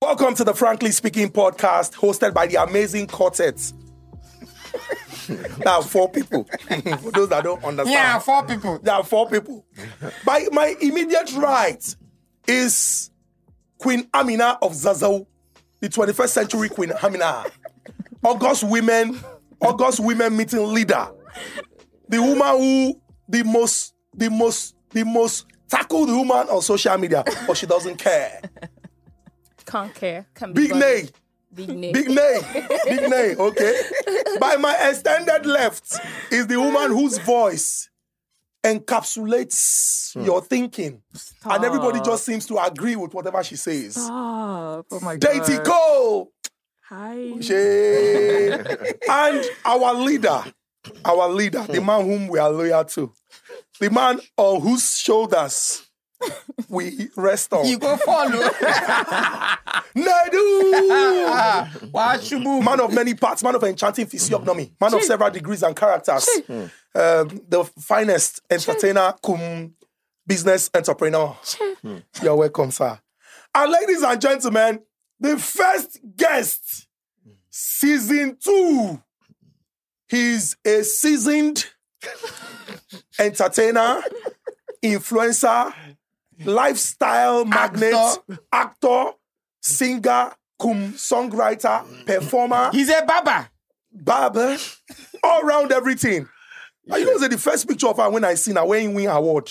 Welcome to the Frankly Speaking podcast hosted by the amazing quartet. there are four people. For those that don't understand, Yeah, four people. there are four people. By my immediate right is Queen Amina of Zazau, the 21st century Queen Amina, August women, August women meeting leader, the woman who the most, the most, the most tackle the woman on social media, but she doesn't care. Can't care. Can be Big bothered. Nay. Big name. Big name, big name, okay. By my extended left is the woman whose voice encapsulates your thinking, and everybody just seems to agree with whatever she says. Stop. Oh my god. Deity Cole, Hi. Shay. and our leader, our leader, the man whom we are loyal to, the man on whose shoulders we rest on. You go follow. Nadu! Why should move? man of many parts, man of enchanting physiognomy, man of several degrees and characters, um, the finest entertainer, cum business entrepreneur. Hmm. You're welcome, sir. And ladies and gentlemen, the first guest, season two, he's a seasoned entertainer, influencer, lifestyle magnet, actor singer, cum songwriter, performer, He's a baba. barber, all round everything. And you know, say the first picture of her when I seen her when he win award.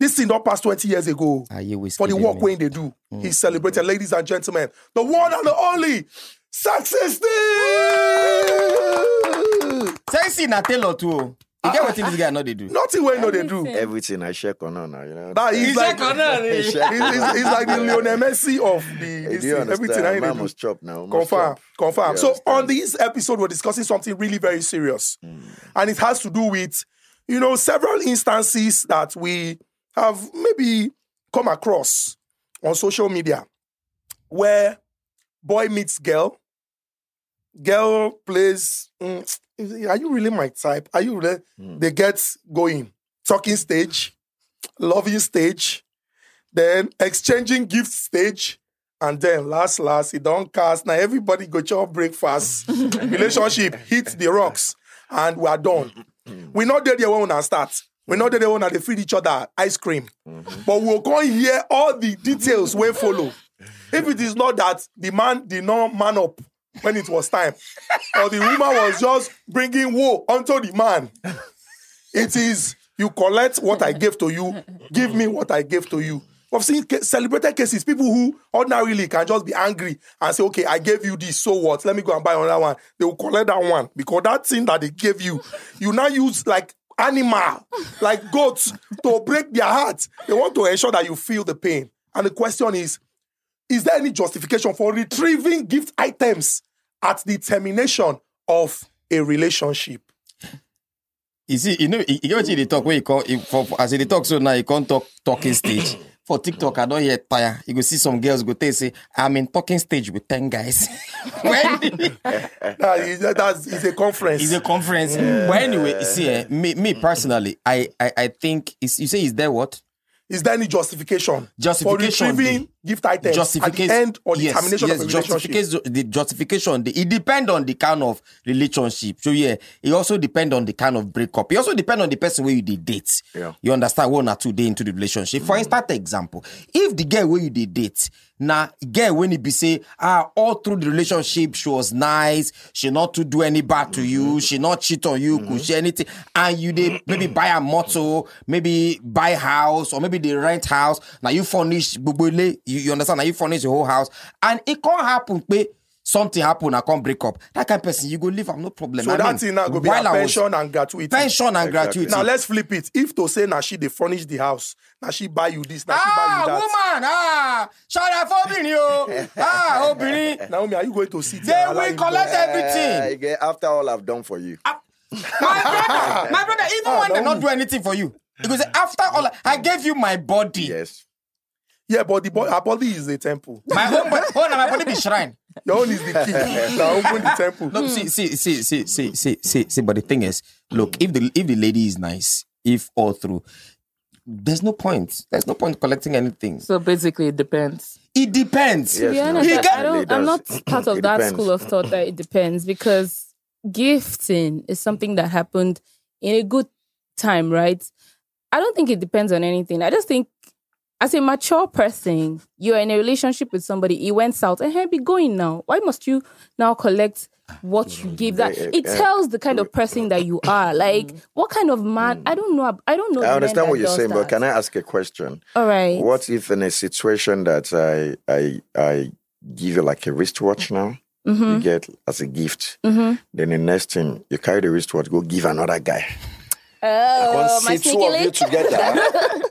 This thing not past 20 years ago Are you for the work when they do. He Mm-hmm. celebrated, ladies and gentlemen, the one and the only success thing. Sexy na tailor too. oh. You get what this guy know they do? Nothing we know they do. Everything. Everything I check on her now, you know. That is like, it's, Cornell. it's- it's like the Lionel Messi of the Hey, this do you thing, understand? everything. I Man do. must chop now. must Confirm, chop. confirm. Yeah, so understand. on this episode, we're discussing something really very serious, and it has to do with, you know, several instances that we have maybe come across on social media, where boy meets girl, girl plays. mm, are you really my type? Are you really? They get going, talking stage, loving stage, then exchanging gift stage. And then last, last, it don't cast. Now everybody go chop breakfast. Relationship hit the rocks and we are done. We're not there when we start. We're not there when they feed each other ice cream. But we'll go and hear all the details when follow. If it is not that the man did not man up when it was time, or the woman was just bringing woe onto the man, it is you collect what I gave to you, give me what I gave to you. We've seen ca- celebrated cases, people who ordinarily can just be angry and say, okay, I gave you this, so what? Let me go and buy another one. They will collect that one because that thing that they gave you, you now use like animal, like goats, to break their heart. They want to ensure that you feel the pain. And the question is, is there any justification for retrieving gift items at the termination of a relationship? You see, you know, you you get what they talk when you call for, for- as they talk so now you can't talk talking stage. For TikTok, I don't yet tire. You go see some girls go tell say, I'm in talking stage with 10 guys. when That is, that's, it's a conference. It's a conference. But anyway, you see, eh, me, me personally, I, I, I think it's, you say is there what Is there any justification, Justification, for retrieving gift items justification at the end or the yes, termination yes, of a relationship? justification- The justification. The, it depend on the kind of relationship. So yeah, it also depend on the kind of breakup. It also depend on the person where you did date. Yeah. You understand one or two day into the relationship. Mm. For instance, example, if the girl where you did date. Now, girl, when it be say, ah, all through the relationship, she was nice. She not to do any bad to Mm-hmm. you. She not cheat on you. Could she anything? And you did maybe buy a motor, maybe buy house, or maybe they rent house. Now you furnish, bubule, you, you understand? Now you furnish your whole house, and it can't happen. Pay something happen, I can't break up. That kind of person, you go leave. I'm no problem. So I that mean, thing now go be while her I was- pension and gratuity. pension and gratuity. Now let's flip it. If to say now she they furnish the house, now she buy you this, now she buy you that. Ah, woman, ah, shout out for obìnrin o, ah, obìnrin. Eh, Naomi, are you going to sit They there? will collect Uh, everything. again, after all I've done for you, My brother, my brother, Ah, even when they not do anything for you, because after all, I gave you my body. yes. Yeah, but the bo- her body is the temple. My own body, oh, no, my body be shrine. Your own is the key. now open the temple. No, see, see, see, see, see, see, see, see, but the thing is, look, if the if the lady is nice, if all through, there's no point. There's no point collecting anything. So basically, it depends. It depends. Yes, To be no, honest, it I- I really don't, I'm does. not part of It that depends. school of thought that it depends because gifting is something that happened in a good time, right? I don't think it depends on anything. I just think as a mature person, you're in a relationship with somebody, it went south, and hey, be going now. Why must you now collect what you give that eh, it eh, tells the kind of person that you are like what kind of man i don't know ab- i don't know the Mm. I men understand what that you're does saying, but that. can I ask a question? all right What if in a situation that I I I give you like a wristwatch now, mm-hmm, you get as a gift, mm-hmm. then the next thing you carry the wristwatch, go give another guy. oh I my can't see two sneaky of you link together.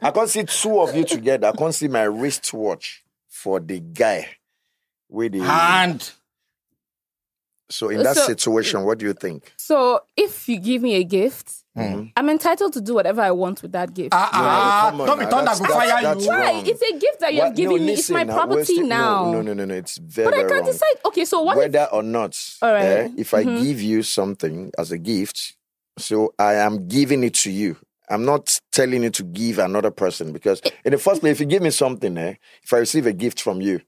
I can't see two of you together. I can't see my wristwatch for the guy with the Hand. So in that So- situation, what do you think? So if you give me a gift, Hmm. I'm entitled to do whatever I want with that gift. Ah, ah, No, no, come on don't be now. turned That's- that will that's- fire that's you. wrong. Why? It's a gift that you're What- giving no, me. It's listen my now, property wasting- now. No, no, no, no, no. It's very But I wrong. can't decide. Okay, so what? if- Mm-hmm. Whether or not, All right. eh, if I give you something as a gift, so I am giving it to you. I'm not telling you to give another person because in the first place, if you give me something, eh, if I receive a gift from you,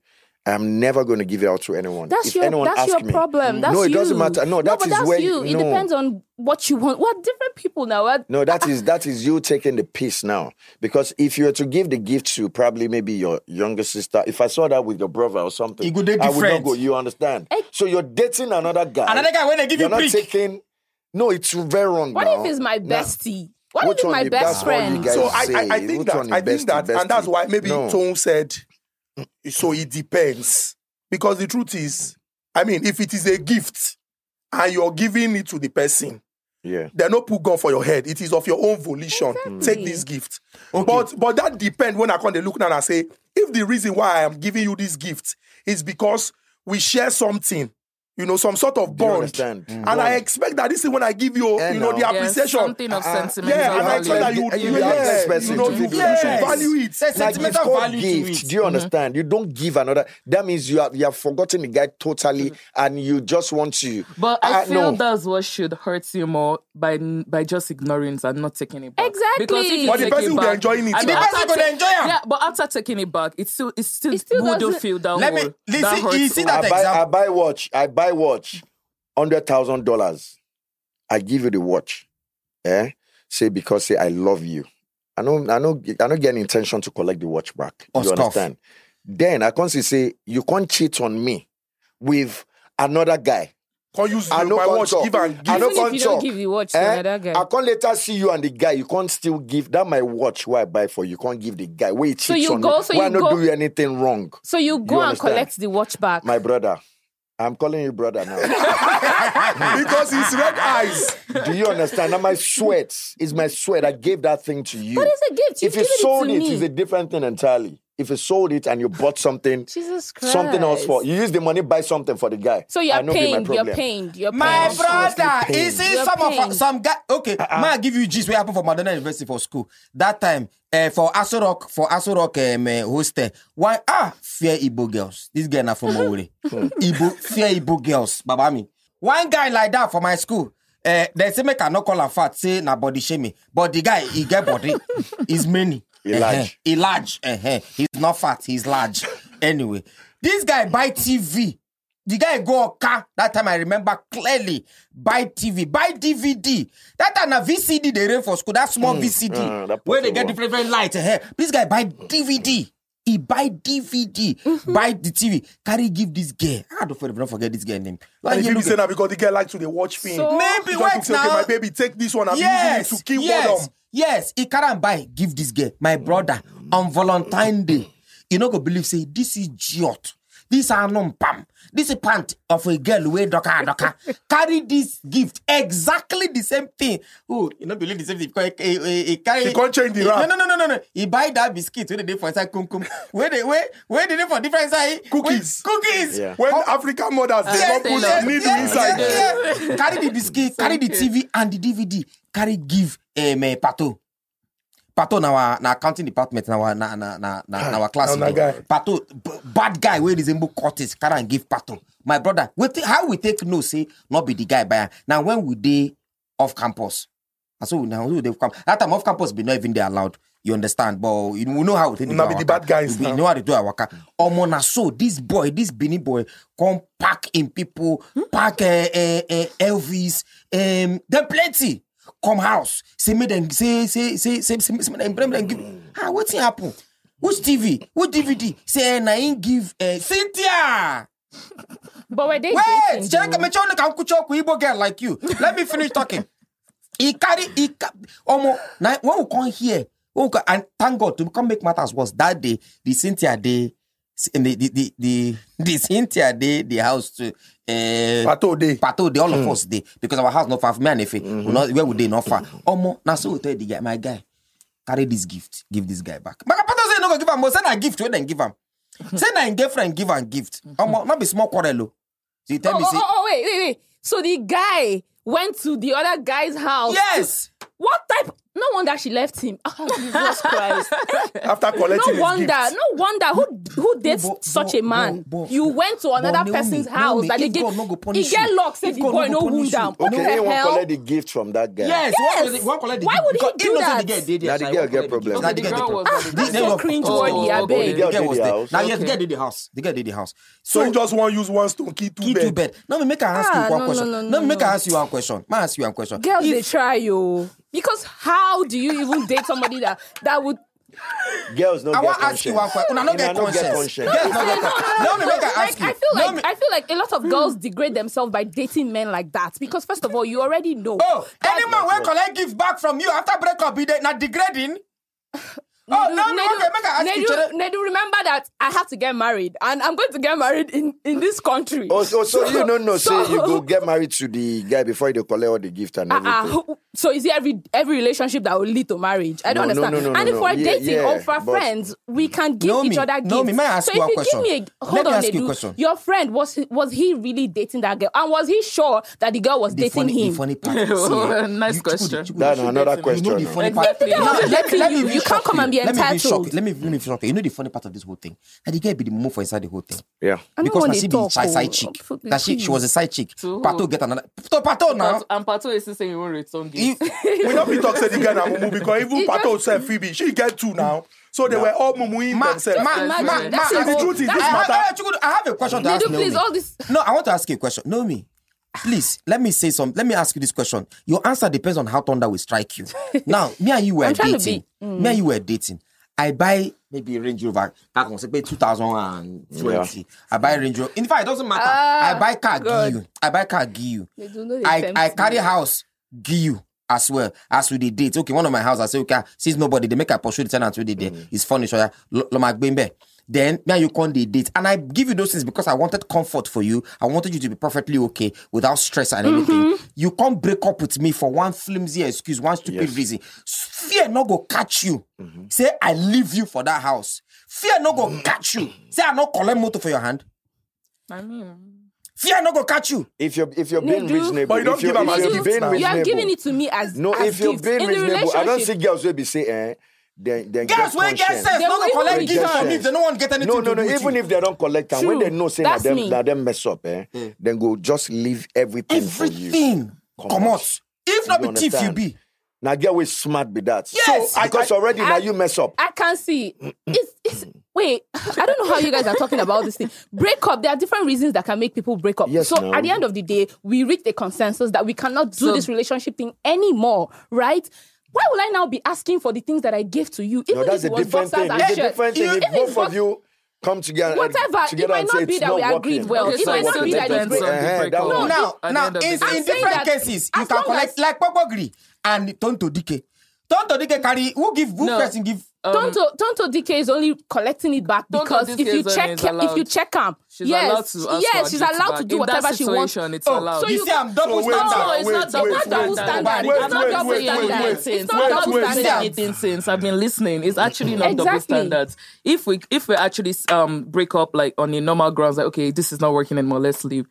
I'm never going to give it out to anyone. that's if your anyone that's asks your me, Mm. problem. That's no, it you. doesn't matter. No, that but is that's where you. It no. depends on what you want. What different people now? What? No, that is that is you taking the piss now. Because if you were to give the gift to probably maybe your younger sister, if I saw that with your brother or something, It could be I would not different. go. You understand? So you're dating another guy. Another guy when they give You're you not prick. taking. No, it's very wrong. What now. if it's my Now- bestie? What if Which it's one my you- that's best all you friend? guys- So So I, I, I say, think which that one is I think that bestie, and that's bestie? why maybe No. Tone said so it depends. Because the truth is, I mean, if it is a gift and you're giving it to the person, Yeah. they're not put gun for your head. It is of your own volition. Take this gift. But but that depends when I come they look now and I say, if the reason why I am giving you this gift is because we share something, you know, some sort of Do you bond. understand? Mm. And I expect that this is when I give you, Eh, you know, the now. Yes, appreciation. something of Ah, sentimental Yeah, and I value. expect that you, And you, you yeah, expect you person know, to you, do you should that. value it. There's Like it's sentimental called value to gift. it. Do you understand? You don't give another. That means you have you have forgotten the guy totally, and you just want to. But I, Ah, no. feel that's what should hurt you more by by just ignoring it and not taking it back. Exactly. Because if you But the take person it will be back- enjoying it and now. then The person after will ta- enjoy am. Yeah, but after taking it back, it's still it's still, It still would doesn't- feel that Let me- hole. you that see- hurts you see me. that I buy, example. I buy watch. I buy watch. Hundred thousand dollars. I give you the watch. Eh? Say because say I love you. I know. I know. I know. Get an intention to collect the watch back. Or you stuff. understand? Then I can't say you can't cheat on me with another guy. Can use I know my watch, control. give and I give. Even know if you don't control. give the watch to Eh? another guy. I can't later see you and the guy. You can't still give that my watch. Why I buy for you? You Can't give the guy. Wait, So you on go- Me. so Why you not go- do you anything wrong, so you go You and understand? collect the watch back. my brother? I'm calling you brother now. because it's red eyes. Do you understand? And my sweat is my sweat. I gave that thing to you. but it's a gift. You've if you given sold it to me. it's a different thing entirely. If you sold it and you bought something, Jesus Christ. something else for you use the money buy something for the guy. So you're I know be my pained. You're problem. pained. You're My pained. brother, pain. Uh-uh. you see You're some pain. of some guy. Okay, may I give you gist what happened for Madonna University for school that time? Uh, for Aso Rock, for Aso Rock um, uh, hostel. Why ah fear Igbo girls? This guy na from Owerri. Igbo fear Igbo girls, baba me. One guy like that for my school. Uh, they say make I not call her fat, say na body shaming. But the guy he get body, is many. He large. Eh-heh. He large. eh-heh. He's not fat. He's large. anyway, this guy buy TV. The guy go car. That time I remember clearly. Buy TV. Buy DVD. That time a VCD they rent for school. That small VCD ah, that where they portable get one. different different light. eh-heh. This guy buy DVD. He buy DVD. Buy the TV. Carry give this guy. I don't forget, don't forget this guy name. Like, And if yellow you say guy. now because the girl like to the watch film. So- He Maybe just wait thinks, okay, now. my baby, take this one. I'm yes, using it to kill yes, boredom. Yes, he can't buy. Give this girl, my brother, on Valentine Day. You know, go believe say this is idiot. This are non pam. This is pant of a girl way doka doka. Carry this gift exactly the same thing. Oh, you know, believe the same thing because he, he, he, he carry. He can't change the He- wrap. No, no, no, no, no. He buy that biscuit where they dey for inside kum kum. Where they where where they dey for different side Cookies. Where- cookies. Yeah. When African mothers, they yes, don't put yes, needle yes, inside. yeah, yeah. carry the biscuit, carry the TV and the DVD, carry give um, uh, Pato. Pato na our na accounting department na our na na na na, na our class. Ah, na guy. Pato b- bad guy wey resemble Curtis carry and give Pato. My brother, wait how we take no say not be the guy buy am. Now when we dey off campus, and so now we dey off campus. That time off campus be not even dey allowed. You understand? But you know, we know how we Una be the bad guys We now. know how to do our waka. Omo na so this boy, this Benin boy, come pack in people, pack eh, eh, eh, Elvis, um, them plenty. Come house, say me them, say say say say say say me them, bring them give. Ah, what's happen? Which TV? Which DVD? Say eh, na him give eh, Cynthia. But were they Wait, dating? check though? me chone ka kucho ku Igbo girl like you. Let me finish talking. He carry he ca- omo na when we come here, when we come, and thank God to come make matters worse. That day, the Cynthia day, the the the the, the Cynthia day, the house to uh, Pato day. Pato day, all Hmm. of us day because our house not far from me and Efe. We Mm-hmm. not where would they not far. Omo na so we tell the guy, my guy, carry this gift, give this guy back. Maka Pato say no go give am, but send a gift wey dem give am. Send na him girlfriend give am gift. Omo no be small quarrel o. She tell Oh, me oh, say. oh, oh, wait, wait, wait. So the guy went to the other guy's house. Yes. What type? No wonder she left him. Oh, Jesus Christ. After collecting No his wonder. gift. No wonder who who dates but- such but- a man. but- but- you went to but another Naomi, person's Naomi, house that they if get. God no go he punish get you, locked. Say if the God boy no no go wound punish you, down. no What go- the Okay, they didn't want to hell? collect the gift from that guy. Yes. Yes. One collect, Why would he because do knows that? Ah, the girl did it, Now so the he girl won't get collect the gift. problem. Okay, Now the the girl girl get was the- at the- the house. then So the- cringeworthy, oh, I oh, beg. The girl was The there. house. Now yes, the Okay. girl did the house. The girl did the house. So So you just want to use one stone, key two key to bed. bed. Now me make her ask Ah, you one no, question. no, no, Now me no, make her no. ask you one question. Ma ask you one question. Girls, they If- try you because how do you even date somebody that that would? Girls no I get want to conscience. ask you one question. Una no Una get no get conscience. conscience. Yes, no get conscience. Now me make her ask Like you. I feel Now like me- Hmm. I feel like a lot of girls degrade themselves by dating men like that because first of all, you already know. Oh, that- any man will collect gift back from you after breakup, be not degrading. Oh, Nedu- no, no, Nedu- okay, make her ask you. Nedu- Chere. Nedu, remember that I have to get married, and I'm going to get married in, in this country. Oh, so, so you don't know, so- say you go get married to the guy before you dey collect all the gift and everything. Ah, ah, so is it every every relationship that will lead to marriage? I don't No, no, understand. no, no, and no, if no. we're Yeah, dating yeah, or if we're but- friends, we can give Naomi, each other gifts. Naomi, may I ask so you a if you question? give me a Let hold me on, ask you a Edu, question. your friend was was he really dating that girl, and was he sure that the girl was The dating funny, him? the funny part. is, eh, Nice you- Chukwudi, question. Chukwudi, That's another You know question. the now. funny part. Exactly. If the girl No, was let- dating let you, me you can't shock come and be Let me even shock you. entitled. Let me let me shock you. You know the funny part of this whole thing. That the guy be the move for inside the whole thing. Yeah. I don't Because want na she to be talk. side, oh, side chick. fuck me, That she she was a side chick. To who? Pato get another. To Pato now. And Pato is still saying he won't return If- gifts. We not be talk say the girl na mumu because even He just- Pato said Phoebe, she get two now. So they were all mumuing Ma- themselves. ma- That's ma- it. ma- That's ma- it. The truth is I- this I- matter- I- Chukwudi, I have a question to Nedu, ask please, Naomi. all this- No, I want to ask you a question. Naomi, please, let me say some. Let me ask you this question. Your answer depends on how thunder will strike you. Now, me and you were I'm trying to dating. be- Mm. Me and you were dating. I buy maybe Range Rover. That was maybe 2020. I buy Range Rover. In fact, it doesn't matter. Ah, I buy car, God. give you. I buy car, give you. They do know they I, tempt I carry me. house, give you as well as we did date. Okay, one of my house, I say, okay, ah, since nobody, they make a pursue the tenant with there. It's furniture. Lomak Bimbe. Then now you can't date. And I give you those things because I wanted comfort for you. I wanted you to be perfectly okay without stress and Mm-hmm. anything. You can't break up with me for one flimsy excuse, one stupid reason. S- Fear not go catch you. Say I leave you for that house. Fear not go catch you. Say I not collect motor for your hand. I mean, Fear not go catch you. If you're if you're being Nedu. reasonable, But you don't if you're, give if am you're as You, gift being now. reasonable, you are giving it to me as no, as if you're gifts. being in the reasonable, I don't relationship. see girls will be saying, eh, then then Girls will get conscience. sense. They Not will go collect even gifts return. from me. They don't want to get anything No, to do no, no. with Even you. if they don't collect, and when True. they know saying that That's them me. that them mess up, eh, then go just leave everything, for you. everything Come come out. out. If not You be thief, you understand? be. Now get away smart be that. Yes. so, because already now I- you mess up. I can't see. It's, it's wait. I don't know how you guys are talking about this thing. Break up. There are different reasons that can make people break up. Yes, so no. at the end of the day, we reached a consensus that we cannot do So- this relationship thing anymore, right? Why would I now be asking for the things that I gave to you? Even no, that's if it a was different boxers thing. and That's a shirts? different thing. If If it's both box- of you come together, Whatever, it together might and not say be it's that we working. agreed well. Okay, It so might it not still be that it's depends break- on Eh, the eh, that breakup. one. Now, At the now, end of in, the in day. saying different that cases, you as can long collect as- like Popogri and Tonto Dike. Tonto Dike carry who give who No. person give Tonto Tonto DK is only collecting it back Tonto because if DK you is check is if you allowed. check him, she's allowed yes, to ask for yes, her she's gifts allowed back. to do In that whatever she wants. situation, It's Oh, allowed. so you, you- see, I'm double So wait, standard. No, it's wait, not double wait, standard. wait, I'm wait, not wait, double wait, standard. wait, wait, wait. It's I've not not double been saying standard. anything since I've been listening. It's actually not double Exactly. standards. If we if we actually um break up like on the normal grounds, like okay, this is not working anymore, let's leave.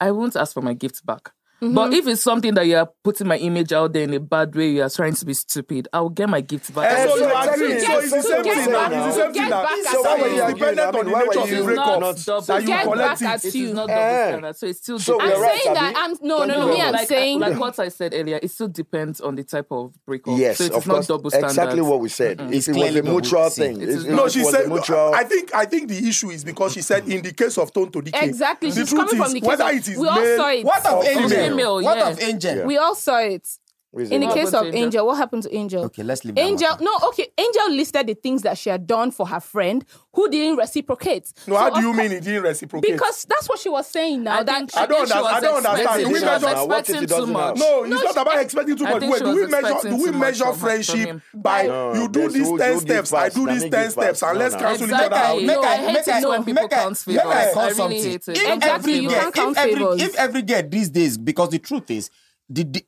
I won't ask for my gifts back. Mm-hmm. But if it's something that you're putting my image out there in a bad way, you're trying to be stupid, I'll get my gift back. Eh, so so you you agree. get- So it's the to same get thing back- now. It's to the same thing get now. back at So why you. were you Again, I dependent mean, on the why were nature of you the not- breakup? not- that you Get collect back at it. It you. is not double Eh. standard, so it's still. So depends- we're I'm right, saying Abi. that I'm no, Don't no, you no. Me, know? I'm like, saying like what I said earlier, it still depends on the type of breakup. Yes, so it's of not course. double standard. Exactly what we said. If It's it was clearly a double mutual standard. thing. It is if it not. No, was she a said. mutual. I think. I think the issue is because she said in the case of Tonto Dike. exactly. The She's truth coming is, from the whether case. it of- is We all male- saw it. What of Or Angel? female, what yeah. of Angel? Yeah. We all saw it. In the What case happened of to Angel? Angel, what happened to Angel? Okay, let's leave that Angel. one. No, okay. Angel listed the things that she had done for her friend who didn't reciprocate. No, how So, do of you cour- mean it didn't reciprocate? Because that's what she was saying now. I that think I don't she under- was I don't understand. expecting- Do we she was measure- Now, what if expecting he doesn't too much. have? No, it's No, not she- about expecting too I much. think Wait, she do we was measure? expecting Do we too much measure from her- from friendship him. by No, you do there's these who ten do give steps? I first, do let these me ten give steps, first. and No, let's no. cancel each Exactly. other out. Make no, I- I hate make it. I- no. when people make I- count make I favors. call I really something. hate it. If Don't count every favors. girl- Don't count if every, favors. if every girl these days, because the truth is, the, the,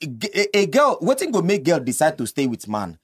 a, a girl, waiting go make girl decide to stay with man.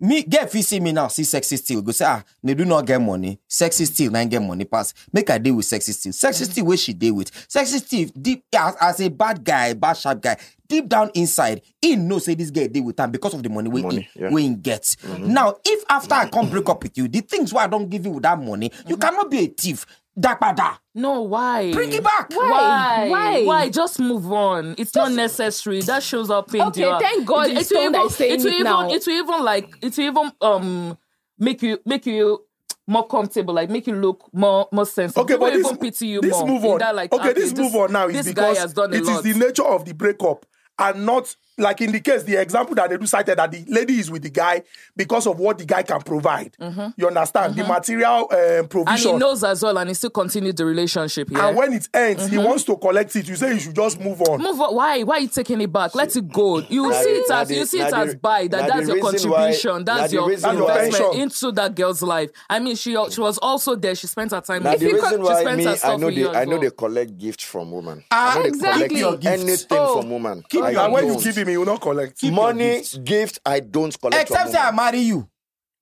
Me, girl, if you see me now, see sexy still, go say, ah, they do not get money. Sexy still, nine get money pass. Make I deal with sexy still. Sexy still, where she deal with. Sexy still, deep, as, as a bad guy, bad sharp guy, deep down inside, he knows say this girl deal with time because of the money we Money, yeah. Mm-hmm. we get. Now, if after I come break up with you, the things why I don't give you with that money, you cannot be a thief. That bada. No, Mm. why? Bring it back. Why? Why? Why? Just move on. It's not necessary. That shows up in Okay, thank God it's will Tone that is saying it will it even, now. It will even like it will even um make you make you more comfortable, like make you look more more sensible. Okay, but People this, even pity you this more. move in on. that, like, okay, this, move on now is this because guy has done a it is lot. the nature of the breakup and not like in the case the example that they do cited that the lady is with the guy because of what the guy can provide. You understand the material um, Mm-hmm. and provision. he knows as well, and he still continued the relationship. Yeah? And when it ends, he Mm-hmm. wants to collect it. You say you should just move on. Move on. Why? Why are you taking it back? Let it go. You will Now see the- it now as the- you see now it the- as buy now that the that's your reason why- contribution. now That's the your reason why- investment into that girl's life. I mean, she she was also there. She spent her time. Now, with the you. reason she why spent me, her I stuff know with you they, as I know well. they collect gifts from women. Ah, I know they exactly. collect Your gifts. anything Oh, from women. keep I your And when you don't. give him, he will not collect. Keep your money, gifts. gift, I don't collect. from Except say I women. marry you.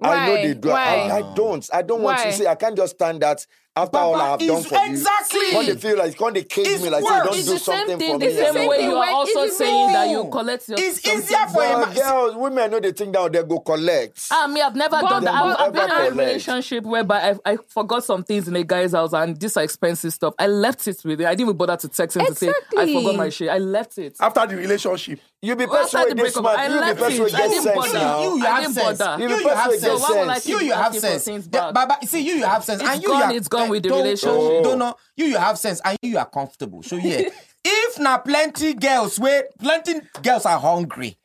I know Why? they do. I, Why? I don't. I don't want Why? to see. I can't just stand that after all I've is- done for you. exactly. When they feel like, when they cage It's me, like you don't worse. It's do the same something thing, for the me. same I don't way do you that. are Wait, also is it saying that no? you collect your. It's something easier for a back. But man. girls, women know they think now they go collect. Ah, me, I've never done that. Don't I've, I've ever been in a collect. relationship whereby I, I forgot some things in a guy's house and these are expensive stuff. I left it with him. I didn't even bother to text him to say, I Exactly. forgot my shit. I left it. After the relationship, You be Well, person after with the this man. breakup, I You be left person it. with I this didn't sense bother. now. You, you I have didn't sense. bother. You, You you prefer have to get sense. So why would I keep you, you have asking for sense. things Yeah, back? but, but see, you, you have sense. It's and you, gone, you are, eh, it's gone with the don't- relationship. Don't know. You, you have sense, and you, you are comfortable. So yeah, if now plenty girls, where plenty girls are hungry.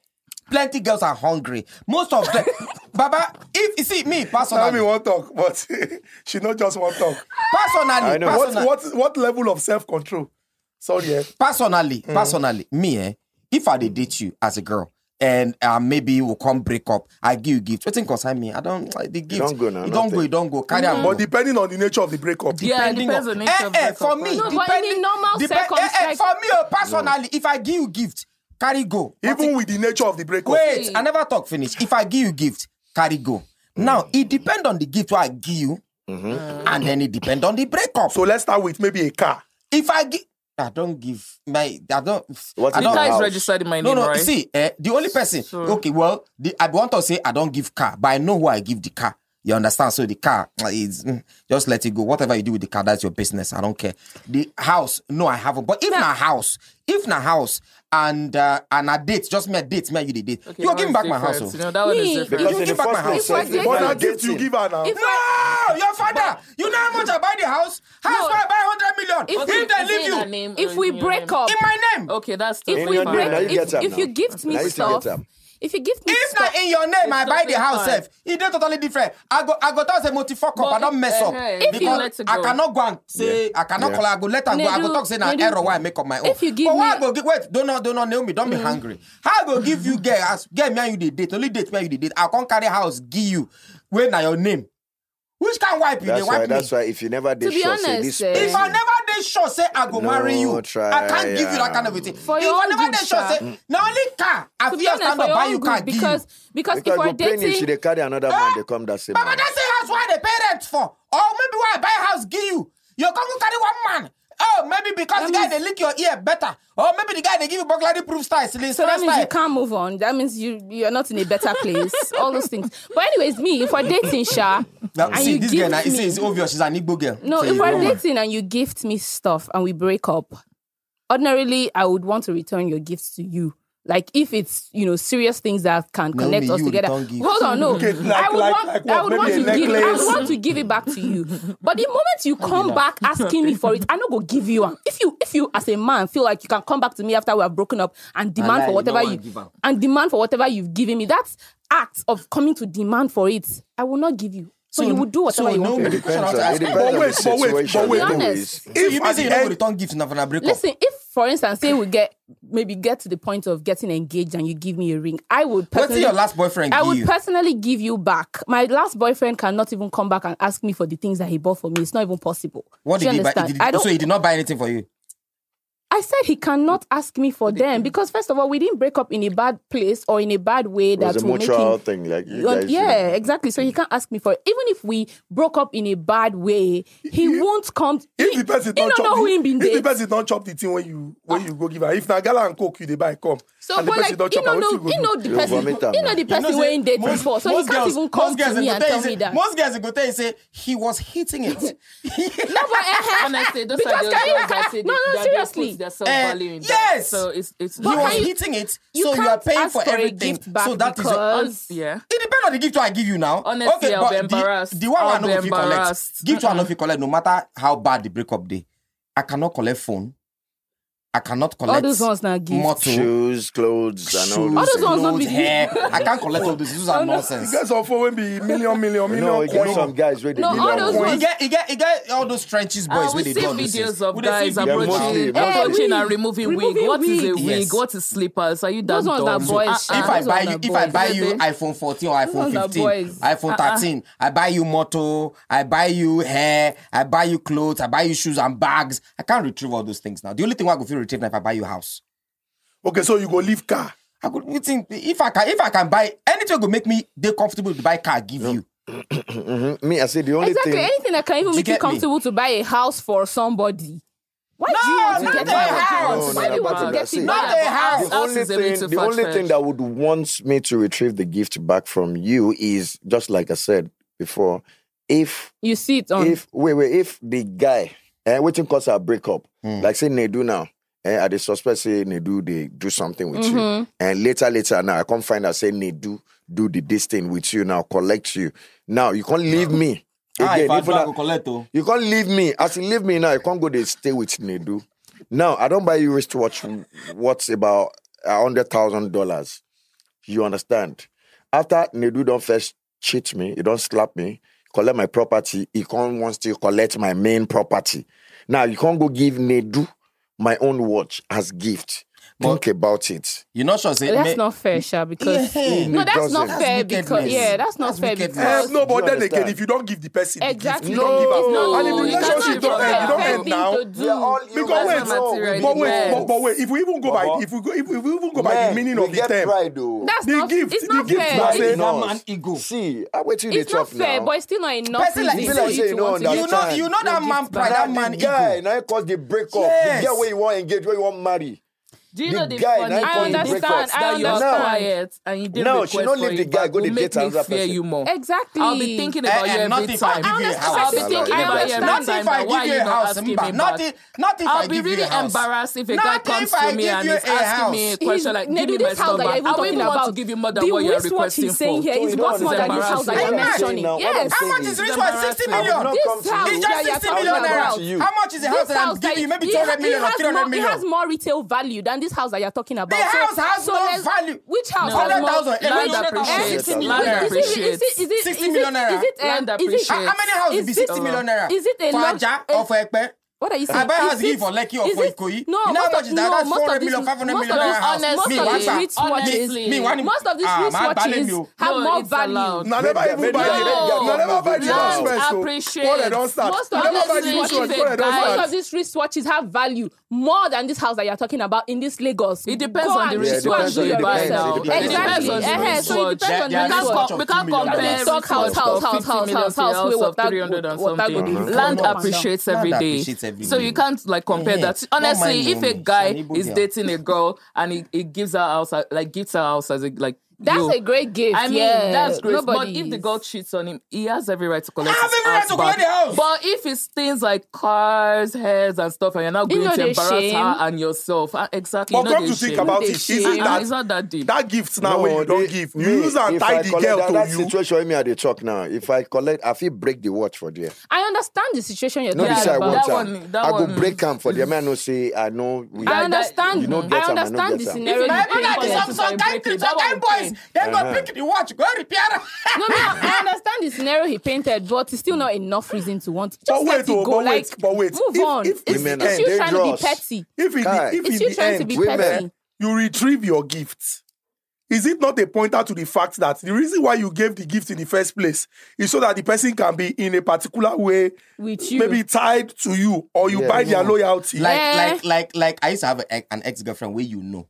Plenty girls are hungry. Most of them, Baba. If you see me tell me personally, one talk, but she not just one talk. personally, know. What- What, personally, what, what level of self control? Sorry, eh? personally, Mm. personally, me, eh, if I did date you as a girl and uh, maybe we'll come break up, I give you gift. Wetin concern me? I don't like the gift. don't go now, You don't go. nothing. You don't go. Carry am. but go. depending on the nature of the breakup. Mm-hmm. Yeah, it Depending depends on on- the nature of Eh, eh, breakup, for me, right? No, but in depending, a normal depe- eh, eh, circumstance- for me, oh, personally, if I give you gift, carry go. But even with the nature of the breakup. Wait, I never talk finish. If I give you gift, carry go. Mm. Now it depend on the gift what I give you, Mm-hmm. and then it depend on the breakup. So So let's start with maybe a car. if I give, I don't give my, I don't. What I if The don't, car house? is registered in my No, name, no. right? See, eh, the only person. Okay, well, the, I want to say I don't give car, but I know who I give the car. You understand? So the car eh, is mm, just let it go. Whatever you do with the car, that's your business. I don't care. The house, no, I haven't. But if na house, if na house, and uh, and a date, just me a date, me and you the date. Okay, you're that giving back one's my house. different. oh. You know, that one Me, is you Because don't in different. the give back my first house. If I place, if get- What you that are gift you dating- give her now? If No, your father. You know how much I buy the house. House No. I buy hundred million. If If, you- Is it they in leave you her in name or if is we it in your name? break up, my name, Okay, that's if In we your name, break, now you if, get am if now. you gift me Now you still get stuff, am. if you gift me If stuff, not in your name, I It's buy the totally house fine. sef. It dey totally different. I go, I go talk say multi fuck up. But I don't mess if- uh-huh. up eh, eh, if because you let it I go. cannot go and say I cannot Yeah. call. I go let am go. I go Nedu, talk say na Nedu, error why I make up my own. if you give but why me- Mm-hmm. I go give wait? Don't know, don't know. Naomi, don't be hungry. How I go give you girl? As girl me and you dey date. Only date me and you dey date. I come carry house give you. Wait na your name. Which can wipe you? They That's why. wipe me. That's why. If you never did be sure, say honest, this eh, If I person. never dey sure say I go No, marry you, try, I can't give you that kind of a thing. For if your I own never good, dey sure sha. say na only car I to fit be honest, stand for up your buy own you car good, give you. because because if Because we're go pay me, she dating, dey carry another man. They come that same. Baba, man. that's the house why they pay rent for. Or maybe why I buy house give you. You come go carry one man. Oh, maybe because the guy they lick your ear better. Or maybe the guy they give you burglary proof style, sling So that means style. you can't move on. That means you you're not in a better place. All those things. But anyways, me if we're dating, Sha, Now, and see, you this girl, give now, me, you see, it's obvious. She's an Igbo girl. no, So if you we're know. dating and you gift me stuff and we break up, ordinarily I would want to return your gifts to you. Like if it's you know serious things that can Naomi, connect us you together. return gifts. Hold on, no, Okay, like- I would like- want like what? I would Maybe want a to give it, I would necklace? want to give it back to you. But the moment you come back asking me for it, I no go give you. am. If you if you as a man feel like you can come back to me after we have broken up and demand lie, for you whatever don't you want give am. and demand for whatever you've given me. That act of coming to demand for it, I will not give you. So, you will do whatever so you no, want. to The do. question I want to ask Depends on- it you. depends on But the wait, but wait, situation, but wait, though, though. is- If So you mean at say the you don't go end, return gifts now for a breakup? Listen, if for instance, say we get maybe get to the point of getting engaged and you give me a ring, I would What did personally your last boyfriend I give would you? personally give you back. My last boyfriend cannot even come back and ask me for the things that he bought for me. It's not even possible. What Do you did he buy? understand? He did- I don't so he did not buy anything for you. I said he cannot ask me for them because first of all, we didn't break up in a bad place or in a bad way It that was a will make mutual him thing. Like, you Yeah, guys Mm. yeah, exactly. So he can't ask me for it. Even if we broke up in a bad way, he won't come. if he, the person he don't don't chop know who the, him been if the date. person don't chop the thing when you when you go give her, if na gala and coke you dey buy come, So, and the but person like, don't you chop know, am, wetin no, you go you do? know the You person, vomit am you know now. the person say, where he dated most- before, so he most can't girls- even most come girls to me go and tell you tell say- me that. Most girls go tell you say he was hitting it. no, but, eh, eh, Honestly, those Because are the can you- ones that say can- no, no, they- that they put seriously. their self-value Eh, in that. yes. So it's it's he was can you- hitting it, you so you are can't paying ask for for a everything. gift back so that is your, because- yeah. it depends on the gift I give you now. Honestly, I'll be the- embarrassed. The, one I'll I know be if you collect, embarrassed. gift one I know if you collect, no matter how bad the breakup day, I cannot collect phone. I cannot collect all those ones now give. motto, Shoes, clothes, and all shoes, those All those things. ones don't clothes, be- hair. I can't collect all those. Those are You nonsense. guys are following be million, million, You know, million. we get coin. some guys ready. No, all those He ones- get, he get, he get all those trenches boys. Ah, we where they see do all those videos things. of We dey see guys videos. mostly- approaching, approaching mostly. and removing, Eh, Removing wig. What is a wig. wig? Yes. What is slippers? Are you that Those ones are dumb? boys. Uh-uh. Ah, if I those buy ones you, are if I boys. buy you Really? iPhone 14 or iPhone ones are 15, boys. iPhone 13, I buy you motor, I buy you hair, I buy you clothes, I buy you shoes and bags. I can't retrieve all those things now. The only thing I could feel retrieve now if I buy you house. Okay, so you go leave car. I could you think if I can if I can buy anything that could make me they comfortable to buy car, I give you. Mhm. Me, I say the only Exactly, thing. anything that can even you make you get me? comfortable to buy a house for somebody. Why do you No, want to not get a a house. house? No, Why no, do you apart want to from get that, it? see, Not a house. The only thing, the only thing that would want me to retrieve the gift back from you is just like I said before. If You see it on. if wait wait if the guy eh, waiting cause a breakup, Hmm. like say Nedu now, eh, I dey suspect say Nedu they do something with you, and later later now I come find out say Nedu do the this thing with you now collect you. Now you can't leave me Ah, again. if I even do, I I- go collect oh. you can't leave me. As you leave me now, you can't go to stay with Nedu. Now, I don't buy you wristwatch. What's about a hundred thousand dollars? You understand? After Nedu don't first cheat me, you don't slap me, collect my property. He can't wants to collect my main property. Now you can't go give Nedu my own watch as gift. Think about it. You're not sure say That's me- not fair, Sha, because. Yeah. No, that's not That's fair wickedness. because. Yeah, that's not That's fair wickedness. Eh, because. no, but you then understand? again, if you don't give the person Exactly. the gift, you don't give her. No, and if the you cannot relationship give don't her. end, you don't Fair end now. thing to do. Because wait, That's material but wait, depends. but, but wait. If we even go by, But- if we go, if we even go by the meaning Uh-huh. we of the get term, pride, though. That's The not. gift- It's the not gift fair. now Why say- is that Nose. man ego? See, I wait till they It's chop not fair, now. but it's still not enough. Person like reason this, for like say you you to don't want to You get- know, you know that Your man gift pride, back. that Now man the ego. guy, now it cause the breakup. Yes. The girl where you want engage, where you want marry. Do you The know the guy funny now I thing is understand, that I you was understand. quiet and you didn't No, request she don't for leave the it guy, back go will dey make date me another fear person. you more. Exactly. I'll be thinking Eh, eh, about you not every if I give you a time. house. I I'll be thinking like about you that. every Not if time. I that give Why you you a not house, asking Mba. me Not back? if- not if I I'll be give you really a house. embarrassed if a Not guy if I comes to me give and you is a asking house. me a He's- question like, Nedu, "Give me this my house stuff that you're even back." I will talking even want to about, give you more the than what you're wristwatch requesting he's saying for. here is It's worth more than this house that you're embarrassing. mentioning. Now, what I'm Yes. How much saying is is- rich one? 60 I I would million. not This come house to It's you. that just you're 60 talking million about. To you. naira. How much is the house This that I'm house that giving you? Maybe it 200 ha- million it or has 300 more- It has million. more retail value than this house that you're talking about. The house has no let's- value. Which house? No. has more- 100,000, which- eh, land appreciates, 60 wait, million is it- is it- is appreciates. it- is 60 it- million naira. Is it, um, Land is it- appreciates. How how many houses Is be it- 60 million naira? is it a For lot- Aja eh, or for Ekpe? What are you saying? I buy Is house it- give for Lekki or is for it- Ikoyi. No, you know how most much of- is that? no, That's most of 400 these- million, 500 most of million naira these- house. honestly, Me, most of one these sir. rich Me- watches- me, one- Most of these ah, rich man, Bale watches me, oh. have No, more it's value. allowed. Now never Maybe- even maybe buy I didn't the now get one never of buy those the house first. ones. Land So what they don't start. Most of, Never buy these the honestly, rich one. if What a they don't guy- start. most of these wristwatches have value more than this house that you're talking about in this Lagos. It Go depends on the and Yeah, it go and wristwatch depends do on- you it buy depends, now. it depends. Exactly. Exactly. on the Eh, so it wristwatch. Yeah, yeah, depends on the We can't, wristwatch co- wristwatch. of we 2 can't million compare dollars. Stock house, wristwatch house, of house, 50 house, million house, house, to where house of water 300 and water go something. dey Land Land appreciates every Land day. appreciates every So you day. can't like compare Yeah. that. Not mine, Honestly, if a Naomi. guy It's an Igbo is girl. dating a girl and he, he gives her house like gives her house as a like That's yo, a great gift. I mean, yeah. that's great. Nobody But if the is- girl cheats on him, he has every right to collect. I have his every right house to collect back. the house. But if it's things like cars, hairs, and stuff, and you're not You going know to the embarrass shame. her and yourself, ah, exactly. But you know come the to think shame. about They it, shame. isn't And that it's not that deep. that gift now when you don't they- give? me, You use and if I tie the collect- girl that, to that you. situation where me at the talk now. If I collect, I feel break the watch for there. I understand the situation you're No, talking this I that about. want. one- am. that I go one- break camp for there. Me, I Mm. know say I know. We, I that- understand. you no get I am, I no understand the get am. scenario. If I you're don't painting. like this, I'm sorry. They go pick the watch, go repair. No, no, I understand the scenario he painted, but it's still not enough reason to want. Just But let wait, it oh, go. but wait, like, but wait. move If- on. if it's, women it's are you trying to be dangerous. petty. If in the, Guy. if It's in you the trying to end, be women- petty. you retrieve your gift, is it not a pointer to the fact that the reason why you gave the gift in the first place is so that the person can be in a particular way, With you. maybe tied to you, or you Yeah. buy their loyalty? Like, Eh. like, like, like, I used to have a, an ex girlfriend where you know.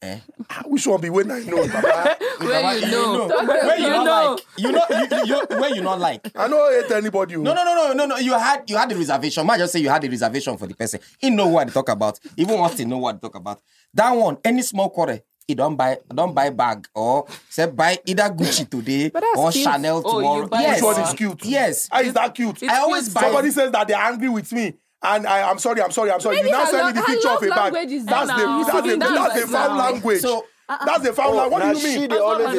Eh? Ah, which one be when I know? Baba? Where you know, Where you You not know. like. You know, you, you, you- where you not like. I don't hate anybody. oh. No, no, no, no, no, no. You had you had the reservation. Man, just say you had the reservation for the person. He know what they talk about. Even once they know what they talk about. That one, any small quarrel, he don't buy don't buy bag or say buy either Gucci today But that's or cute. Chanel Oh, you tomorrow. buy yes. Which one is cute? Yes. Ah, is that cute? I always buy Somebody says that they're angry with me. And I, I'm sorry, I'm sorry, I'm sorry. Maybe you now her send me the love- her picture of love a bag. language is That's that the now. that's the Now, that's the right foul now. language. So- oh, That's the foul language. What do you She mean? they That's always what say. I'm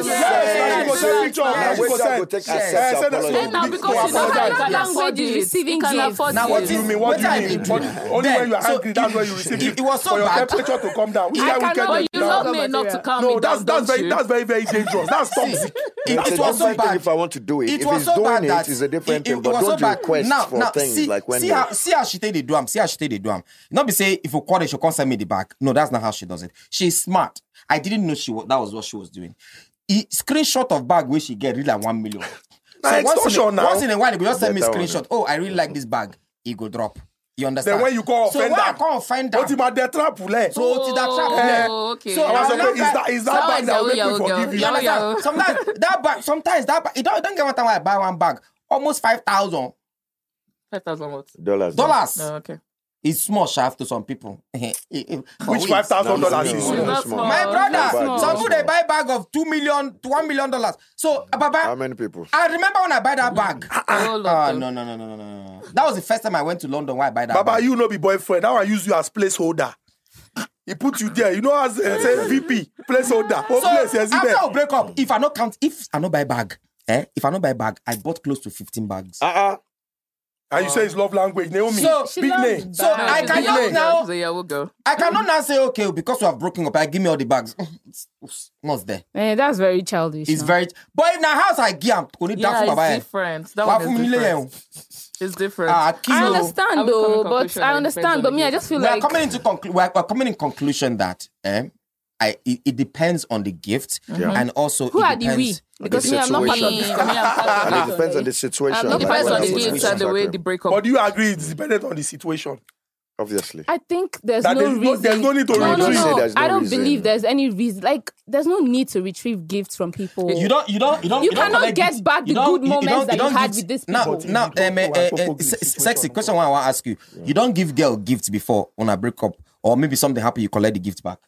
Yes, saying. now she go send Yes, picture. of- yes, Now she go yes, send. go take yes. Eh, send accept us- apology. now Please, because go you know apologize. how Yes. language Yes. is Receiving He can gifts. afford Now, what it. What do you is- mean? What do What you I mean? did- Only only Then, when you are so angry, that's when you receive it- it. it was so For your bad. temperature to come down. Which guy will cannot get But them you down? love me enough to calm No, me that's down. that's don't very you? that's very very dangerous. That's toxic. It, It's it a was so different thing bad. if I want to do it. If was he's so doing bad it, that it's a different thing, but was don't so bad. request now, for now, things see, like when see they- how see how she take the do am. See how she take the do am. Not be say if you quarrel, she come send me the bag. No, that's not how she does it. She's smart. I didn't know she was, that was what she was doing. E, screenshot of bag where she get really like one million. Na once, in a, extortion now. once in a while, you go just send me Better one. screenshot. Oh, I really like this bag. It go drop. You understand? Then when you go so offend when I am, come offend But am, you might dey trap ule. so to that trap. there. Oh, okay. So I was I like, love is that is that Sounds bag that will make yahoo, me yahoo, forgive you? You yahoo. understand? yo. Sometimes that bag, sometimes that bag, it don't, it don't get one time I buy one bag, almost five thousand Five thousand what? dollars. dollars. No, okay. It's small shaft to some people. Which Which five thousand dollars No, is? no, no. small. That's small. My That's brother, small. some people they Small. buy bag of two million to one million dollars. So, uh, How Baba, many people? I remember when I buy that bag. small. Ah, no, no, no, no, no, no. no. That was the first time I went to London. Why I buy that? Baba, bag. you no be boyfriend. Now I use you as placeholder. He put you there. You know as uh, say VP placeholder. Oh, So place, yes, after even. I break up, if I not count, if I not buy bag, eh? If I not buy bag, I bought close to fifteen bags. Uh-uh. And you say it's love language. Naomi, So- big name. So I she's a cannot lady. now. Yeah, we'll go. I cannot now say, okay, because we have broken up, I give me all the bags. It's- it's Not there. Eh, that's very childish. It's now. very. But in the house, I give am. Kò ní dá Yeah, fún bàbá it's yẹn. different. That Wà one fún mi is nílé yẹn different. o. It's different. Ah, kí o. I Are understand we coming though, but conclusion I or understand. depends But on me, the I just feel We are like coming into conclu- we are, we're coming in conclusion that eh, I it, it depends on the gift and also Mm-hmm. who it are the we? depends. Because me, I'm not part of situation. Me, me, this. I'm part of And it. it depends on the situation. not Um, It depends Like on the what gigs and the situation. way the breakup. But do you agree it's dependent on the situation? Obviously. I think there's That no there's no- reason. there's no need to no, no, retrieve. Say no. there's no I don't reason. believe there's any reason. Like, there's no need to retrieve gifts from people. You don't. You don't. You don't. You don't cannot collect get gifts. back the You don't- good you- you moments don't- that you don't had give- with these Now, people. now, But um, eh, you eh, don't eh, go and se- propose the sexy situation. question. One I want to ask you. You don't give girl gifts before when I break up, or maybe something happened. You collect the gift back.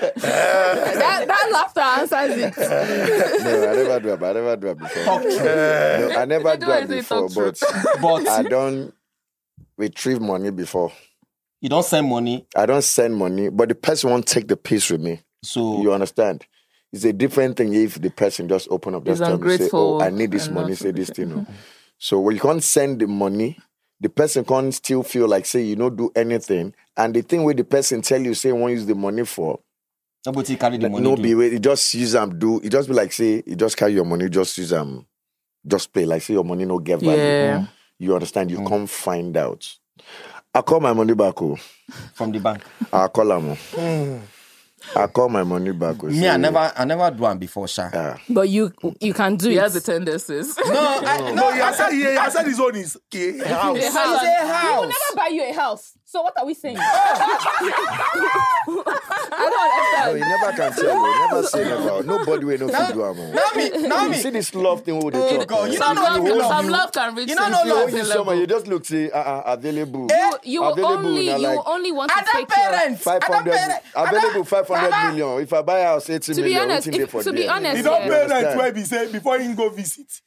that, that laughter answers it. No, I never do it. I never do it before. No, I never They do do it it, they before, talk true. but I But don't retrieve money before. you don't send money, I don't send money, but the person won't take the piece with me. so You understand? It's a different thing if the person just open up, just He's tell me, say, "Oh, ungrateful I need this and money." not Say this thing. oh. so when you can't send the money, the person can't still feel like say you don't do anything. And the thing where the person tell you say, "Won't use the money for," nobody carry the money. no do. be way. You just use them do. It just be like say, you just carry your money, just use them, just pay. Like say your money no get value. Mm. Yeah. You understand? Mm. You can't find out. I call my money back. Oh. from the bank. I call them. I call my money back. Mm. oh. Me, I never, I never do one before, sha. But you you can do He it. has the tendencies. No, I, no, he has said, he has said his own is okay, house. Yeah. This is a We will house. never buy you a house. So what are we saying? No, you never can tell. oh. You never say never. Nobody will know if you do am, oh. Naomi, Naomi, You see this love thing with the Oh, talk. God, eh? you Some don't know love, the love. some love can reach You don't know a love. certain This level. summer, you just look say, uh, uh, available. you will available, only na you like will only want to Other take your. parents, other 500, parents, available other- 500 Baba, million. If I buy a house, 80 To be million, honest, wetin dey if- for to be there? honest, He don't Yeah. pay rent Understand. where he say before he go visit.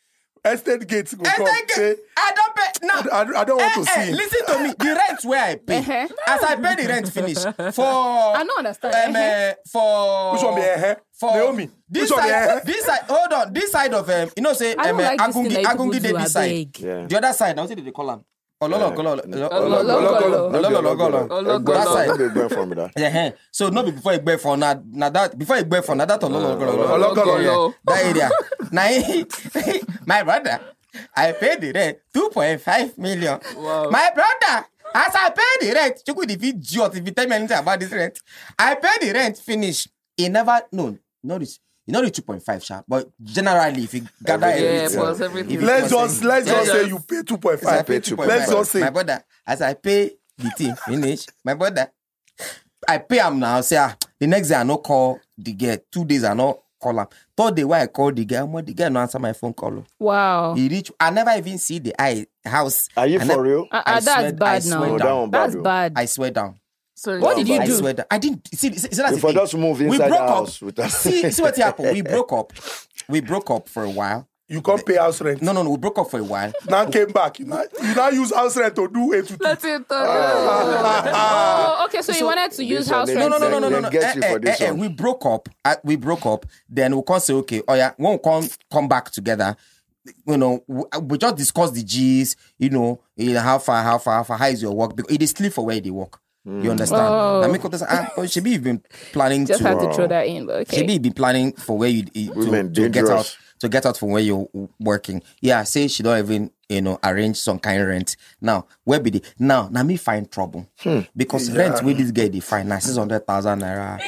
Estate gates go I come. don't Say, get, I don't pay. No, I, I don't want to see. Eh, eh, him. listen to me. The rent where I pay, Uh-huh. as I pay the rent finish for. I don't understand. Um, Uh-huh. eh, for Which one be, eh-huh? For Naomi, This which one be, eh, eh-huh? side, this side. Hold on. This side of um, you know say I um, don't eh, like this thing Agungi, that you Agungi people dey do. I this side. beg. Yeah. The other side. Now what did they call am? Ololo, ololo, ololo, Ololo, ololo, ololo, ololo, Ololo, ololo. That ololo. side. Don't be going from that. Yeah, so not before it break for now. Now that before it break for now that ololo ololo Ologolo. ololo that area. Now he- my brother, I paid the rent two point five million. Wow. My brother, as I paid the rent, you could if you jot if you tell me anything about this rent, I paid the rent. Finish. He never no not this. You know the two point five sharp, but generally if you gather Everything. Yeah, everything, plus everything. if you Let's plus just let's just Yeah. say you pay two point as I five. pay paid two 2.5. point Let's five. just say My brother, as I pay the thing finish, my brother, I pay him now. Say, ah, the next day I no call the girl. Two days I no call him. Third day why I call the girl, omo, the girl no answer my phone call. oh. Wow. He reach. I never even see the eye house. Are you I never- for real? Uh, I uh, that's swear- I bad swear now. Oh, that down. one bad. That's oh. bad. I swear down. So What did you I do? swear down. I didn't see. see, see that's If I the thing. just move we inside broke the up. house with that- see, see what happened. We broke up. We broke up for a while. you can't pay house rent. No, no, no. We broke up for a while. Now came back. You now, you now use house rent to do eight to two. Let it talk. Ah. Oh, okay. So, you wanted to use this one house is- rent. no, no, no, Then- no, no, then no. get Eh, you eh, for this eh, eh, one. we broke up. Uh, we broke up. Then we can say, okay, oh yeah, when we can come back together, you know, we, we just discuss the G's. You know, you know, how far, how far, how far, how is your work? Because it is sleep for where they work. Mm. You understand? Oh. Now, make up this. Ah, oh, Shebi, you've been planning Just to. had to throw that in. But okay. Shebi, you've been planning for where you you- to, Women, to get dangerous. out to get out from where you're working. Yeah, say she don't even you know arrange some kind of rent. Now where be the now? Now me find trouble Hmm. because rent with this guy they find now six hundred thousand naira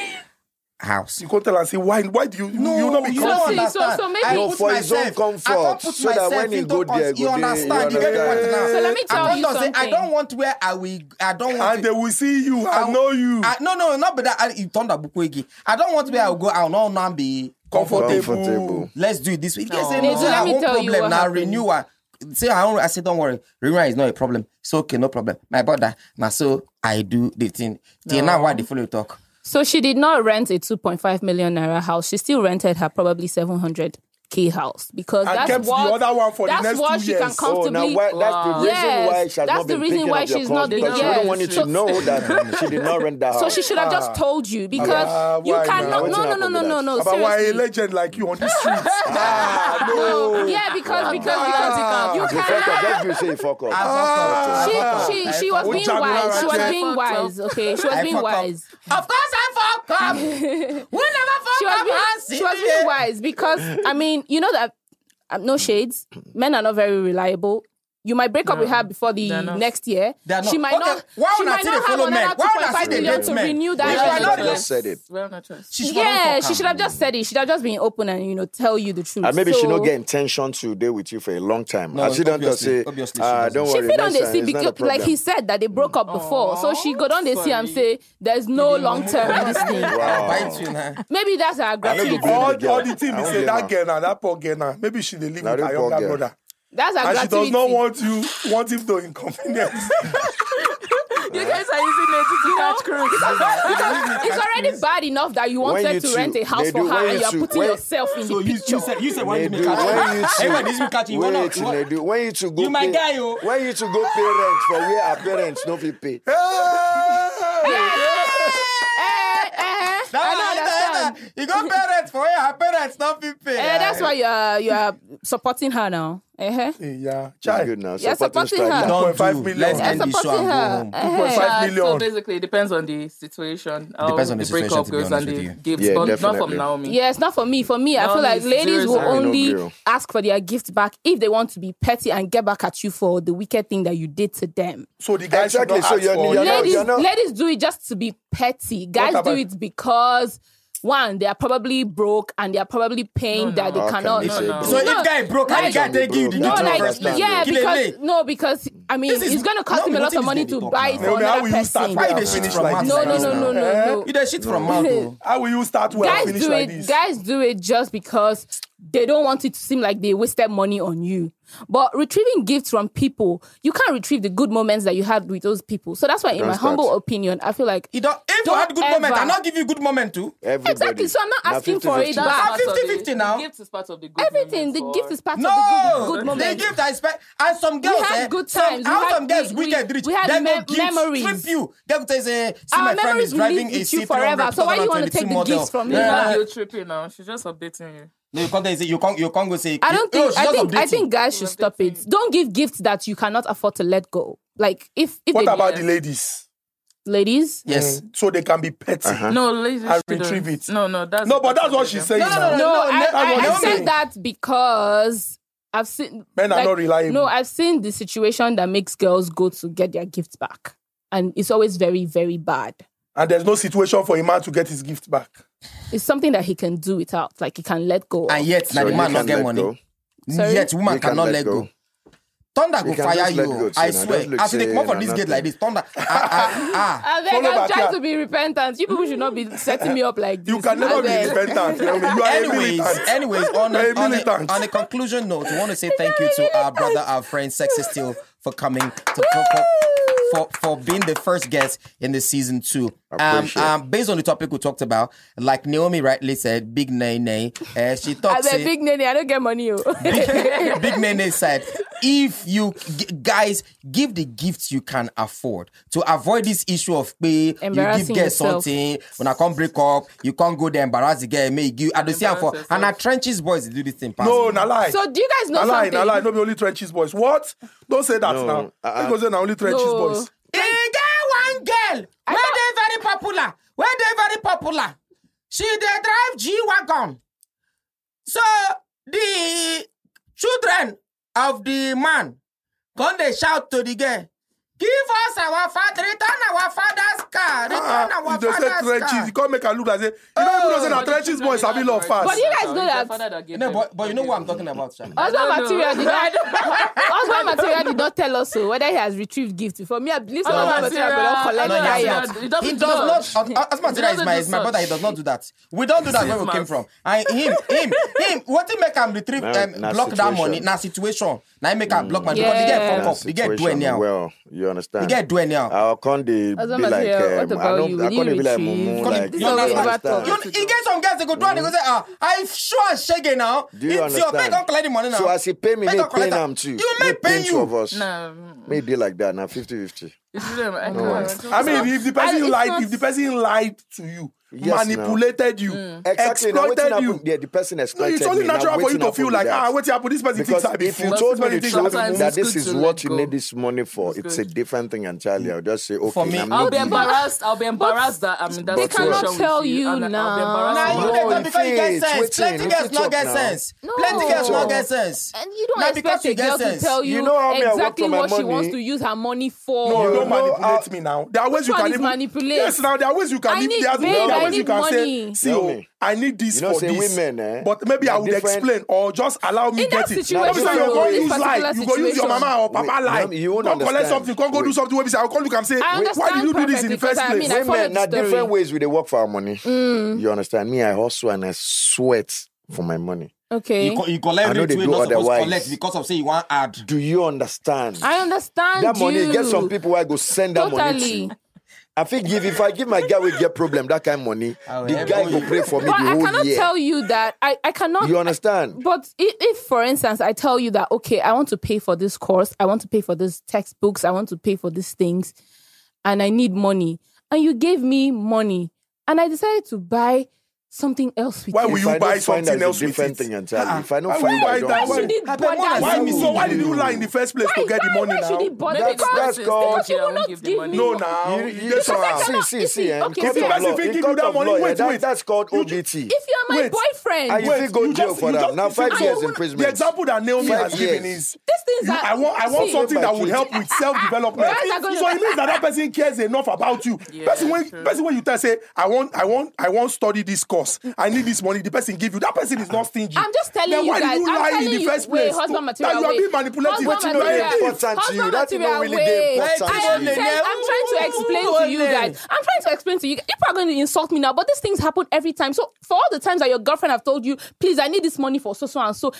house. You can't tell and say why why do you you will not be you comfortable. don't see, so- understand. so maybe- I No, put for his own myself- comfort, I can't put so that myself when he into go cons- there, you go there, you understand. You get the point now. understand. So let me tell I you can't just say I something. don't want where I will. I don't want. And they will see you and know you. I, no, no, not but that. I, you turned that book again. I don't want where I will go. I will not now be comfortable. Comfortable. Comfortable. Let's do it this way. You No. can say Hey, no, so it's let our me own tell you problem. what Now happened. renew. her. Say I, own, I say don't worry. Renewal is not a problem. It's okay, no problem. My brother. Now so I do the thing. Till now, why the follow talk? So she did not rent a 2.5 million naira house. She still rented her probably 700 k house because And that's kept the what other one for the that's next what two she can years. Oh, now comfortably. why, that's the reason Yes, why she has that's not been the reason picking why up your she's calls not been- because she yes. wouldn't want you So- to know that she did not rent that so house. she should have just told you because Ah, you why now? cannot. Wetin No, no, no, happened no, with no, that? no. About why a seriously. legend like you on the streets. ah, No. no. Yeah, because because Ah. because you You fuck up. cannot. Ah, Just you say you fuck Ah, up. ah, I fuck up. She she I she fuck was up. being Ujjayi wise. She was Raja. being wise. Okay, she was I being fuck up. wise. Of course, I fuck up. we never fuck she was being, she was being wise because I mean, you know that um, no shades. Men are not very reliable. You might break up with her before the They're not. next year. They are not. She might Okay, not. why she una might still not dey have follow men? another Why una still 2.5 dey million date to men? renew Why that. una relationship. She just said it. Well, not trust. She yeah, she should have just said it. She should have just been open and you know tell you the truth. And maybe she So- not get intention to deal with you for a long time. No, and she don't just obviously- say, obviously she ah, doesn't. don't She worry. fit on next the time, sea it's not a because, like problem." he said, that they broke up before, so she go down the sea and say, sorry. "There's no long term in this thing." Bite you now. Maybe that's her I no go gratitude. blame All, the girl. all the team I is won't say blame that her. girl now, that poor girl now. Maybe she dey live Na with her that poor younger girl. brother. That's her And she gratitude. does not want you want him to inconvenience. You guys are using it to catch crew. It's already bad enough that you wanted you to two- rent a house they for do- her when and you you're two- putting when- yourself in the picture. you said They do. When you two- want Wait, they do. When you to go You my pay, guy, oh. When you to go pay rent for where our parents no fit pay. Hey! Eh, eh, I don't understand. You got parents for her parents. parents not fit pay. Eh, that's why you are you are supporting her now. Uh-huh. Yeah, It's child. good now. Yeah, supporting her. strategy. No. Don't 1.5 do. million. Let's Yeah, end the show supporting and go her. home. Eh. 2.5 Yeah, so million. basically, it depends on the situation. how Depends on the situation, breakup to be goes honest and with the you. gifts, Yeah, but not definitely. from Naomi. Yeah, it's not for me. For me, I No, feel like it's ladies zero, will zero. only No grill. ask for their gift back if they want to be petty and get back at you for the wicked thing that you did to them. So the guy Exactly, should not so ask you're- for you're it. not- ladies, you're not- ladies do it just to be petty. Guys do about- it because one, they are probably broke and they are probably paying that they How can cannot. they say no. broke? So No, if guy broke and the like- guy take you, the No, No, gift to like, the first time. yeah, Kill a because leg. no, because I mean, This is- it's gonna cost no, him a but lot this of is money the to talk buy now. for No, no, how another will you start person. where Why I they finish finish like from this? mouth No, no, like no, this no, now? Eh? no, You no. the shit from mouth. oh. How will you start where I Guys finish do like it. this? Guys do it just because they don't want it to seem like they wasted money on you. But retrieving gifts from people, you can't retrieve the good moments that you had with those people. So that's why, in my That's that. humble opinion, I feel like You don't, if I Don't had good moment, ever. I'll not give you good moment too. Everybody. Exactly, so I'm not Now asking for 50-50. it back. Ah, Part of the- 50-50 now. The gift is part of the good everything, the moments, gift or- is part of the No, good, good they moment. give that respect. And some girls, had eh, good some, times. We how had- some girls we- wicked rich, we had they mem- go memories. gifts, trip you. They go tell say, see Our my friend is memories will driving a live with you C300 forever. So why you wanna take the 2022 model. gifts from She's Yeah. not guilt tripping now. She's just updating you. No, you can't say you can't you can't go say. I don't you- think. oh, I she's think. just I think updating. guys should stop it. Don't give gifts that you cannot afford to let go. Like if if What they, about the ladies? ladies, Yes. Mm, So they can be petty. No, ladies. I'll shouldn't. retrieve it. No, no, that's No, but that's what she's saying. No, no, now. no, no, I, that's I, what I Naomi- said that because I've seen Men are like, not reliable. No, I've seen the situation that makes girls go to get their gifts back, and it's always very very bad. And there's no situation for a man to get his gift back. It's something that he can do without, like he can let go. of. And yet, now So the you man can not get let money. go. Sorry? Yet, woman You can cannot let let go. go. Thunder go can fire just let go, you. I Tina. swear. Just look As you dey come sane from and this gate nothing. like this, thunder. Ah, ah, ah. I beg, Follow I'm back trying here. to be repentant. You people should not be setting me up like this. You can never be I beg. repentant. Naomi. You are a Anyways, militant. anyways, on Very a, on, a, militant. on a conclusion note, we want to say thank you to our brother, our friend, Sexy Steel, for coming to, for, for, for, for being the first guest in the season two. Um, Appreciate. um, based on the topic we talked about, like Naomi rightly said, big nay nay. Uh, she I talks beg, big nanny. I don't get money. oh. yo. big, big Nene said, if you g- guys give the gifts you can afford to avoid this issue of pay, you give Embarrassing girl yourself. something, when I can't break up, you can't go there embarrass the girl, make you I don't see am for Embarrass and I yourself. trenches boys dey do this thing. pass No, me. na lie. so do you guys know na lie, na something? lie. No be only trenches boys. What? Don't say that No, now. uh-uh. Because they're only trenches No. boys. E get one girl wey thought- dey very popular wey dey very popular she dey drive g wagon so the children of the man come dey shout to the girl give us our father return our father's car return Ah, our if they say father's trenches, car. you can't make a look like say, you know, people don't say that trenches boys have been love But fast. you guys know that- no but but you know what i'm talking about sha. Husband I don't material, know. did not, husband material did not tell us so whether he has retrieved gift. For me, I believe Husband husband material will not collect material, No, he husband higher. has not. diet. He doesn't He do does that. not. uh, As much as He doesn't my, do is my such. brother, he does not do that. We don't do that where we Christmas. came from. And him, him, him. What he make him retrieve, Na- um, na block that money? situation. Na situation. Na him make him block money because he Yeah. get fuck That up. He get do situation anyhow. Well, you understand. He get do anyhow. I'll come they be As long as like, you're- um, what I about don't, you? I Will can't you be like retrieve? mumu, Come like, this you is always understand? battle. You, he get some guys they go do and they go say, ah, I sure and shake it now. Do you it's your understand? pay, don't collect the money now. So as he pay me, Make they them pay collect him am. too. You They may pay pay two of you. us. No, May deal like that now, 50-50. it's them. I can't. I mean, if the person And it's lied, not- if the person lied to you, Yes, manipulated you, Mm. Exactly. Now, exploited wetin you, happen- Yeah, the person No, exploited it's only me. Now, natural for you wetin to happen feel be like, that? ah, what happened? This person Because thinks I be if you fool. told This me person the thinks I be fool. truth Sometimes that it's this good is to what let you go. need this money for, it's a different thing entirely. I'll just say, okay, For me, I'm I'll not be giving. embarrassed. I'll be embarrassed that I'm in that They situation cannot with tell you and now. Now I'll be Oh, you No, embarrassed. get it them because you is. get sense. Waiting, Plenty it girls is not up get now. sense. No. Plenty girls not get sense. And you don't Now, expect because you a get girl sense. to tell you, You know how me I work exactly for my what she money? wants to use her money for. No, you don't No, manipulate I- me now. There are ways you Oh, uh, Which can one is even manipulate? Yes, now there are ways you can. I even- need there are- babe, there are I ways you need can say, money. see, Tell oh, me. I need this You know, for say this. women, eh, But maybe they I are would different- explain or just allow me In get that it. situation, Not be say you go though, this use lie, particular you go use your situation. mama or papa Wait, lie. ma'am, you won't Go collect understand. something, go go do Wait. something. Where be say I will call you and say, I why did you do understand this in the perfectly, first 'cause I place? mean, I- follow women, the now story. different ways we they work for our money. You understand? Me, I hustle and I sweat for my money. Okay. You, co- you collect I know rate they wey do not supposed otherwise. collect because of say you want add. Do you understand? I understand that money you. get some people where I go send that Totally. money to. I think give if I give my guy we get problem that kind of money, I will the help guy you. will pray for me But I the whole cannot year. tell you that. I, I cannot. you understand? But if, if, for instance, I tell you that, okay, I want to pay for this course, I want to pay for these textbooks, I want to pay for these things, and I need money, and you gave me money, and I decided to buy something else with Why you. will If you buy I don't find something that else it's a with different it? thing entirely. Ah. If I don't Why find would I that, I don't die? Why- do it. should he Abeg, bother more than Why, you? Why so why would did you you? lie in the first place to get the money why should he now? bother? That's- Because- that's because God. you will Yeah, not we'll give give the money. me. No, now. You- you- That's you- all. see, cannot- see, you see, see, eh, okay, court see. of Person law, fit in give court you that of money, law, eh, wait, that- wait. That's called ODT. If you're my Wait. boyfriend, I- you fit go you jail just- for you that. just- Now, five so years when- imprisonment. The example that Naomi Five has given years. is these things you, are. I want I want see, something that would By help with self development. Whereas I go- so it means that that person cares enough about you. Yeah, person when true. person when you tell say I want I want I want study this course. I need this money. The person give you. That person is not stingy. I'm just telling then you why guys. did you I'm lie in telling the you, first wait, place? husband To- material. that you are wait. being manipulative. Husband You are a material. thief. Important to you. Husband That thing material, don't really wait. dey important I to am you. tell- I'm trying to explain to you guys. I'm trying to explain to you. You are going to insult me now, but these things happen every time. So for all the times that your girlfriend have told you, please, I need this money for so so and so.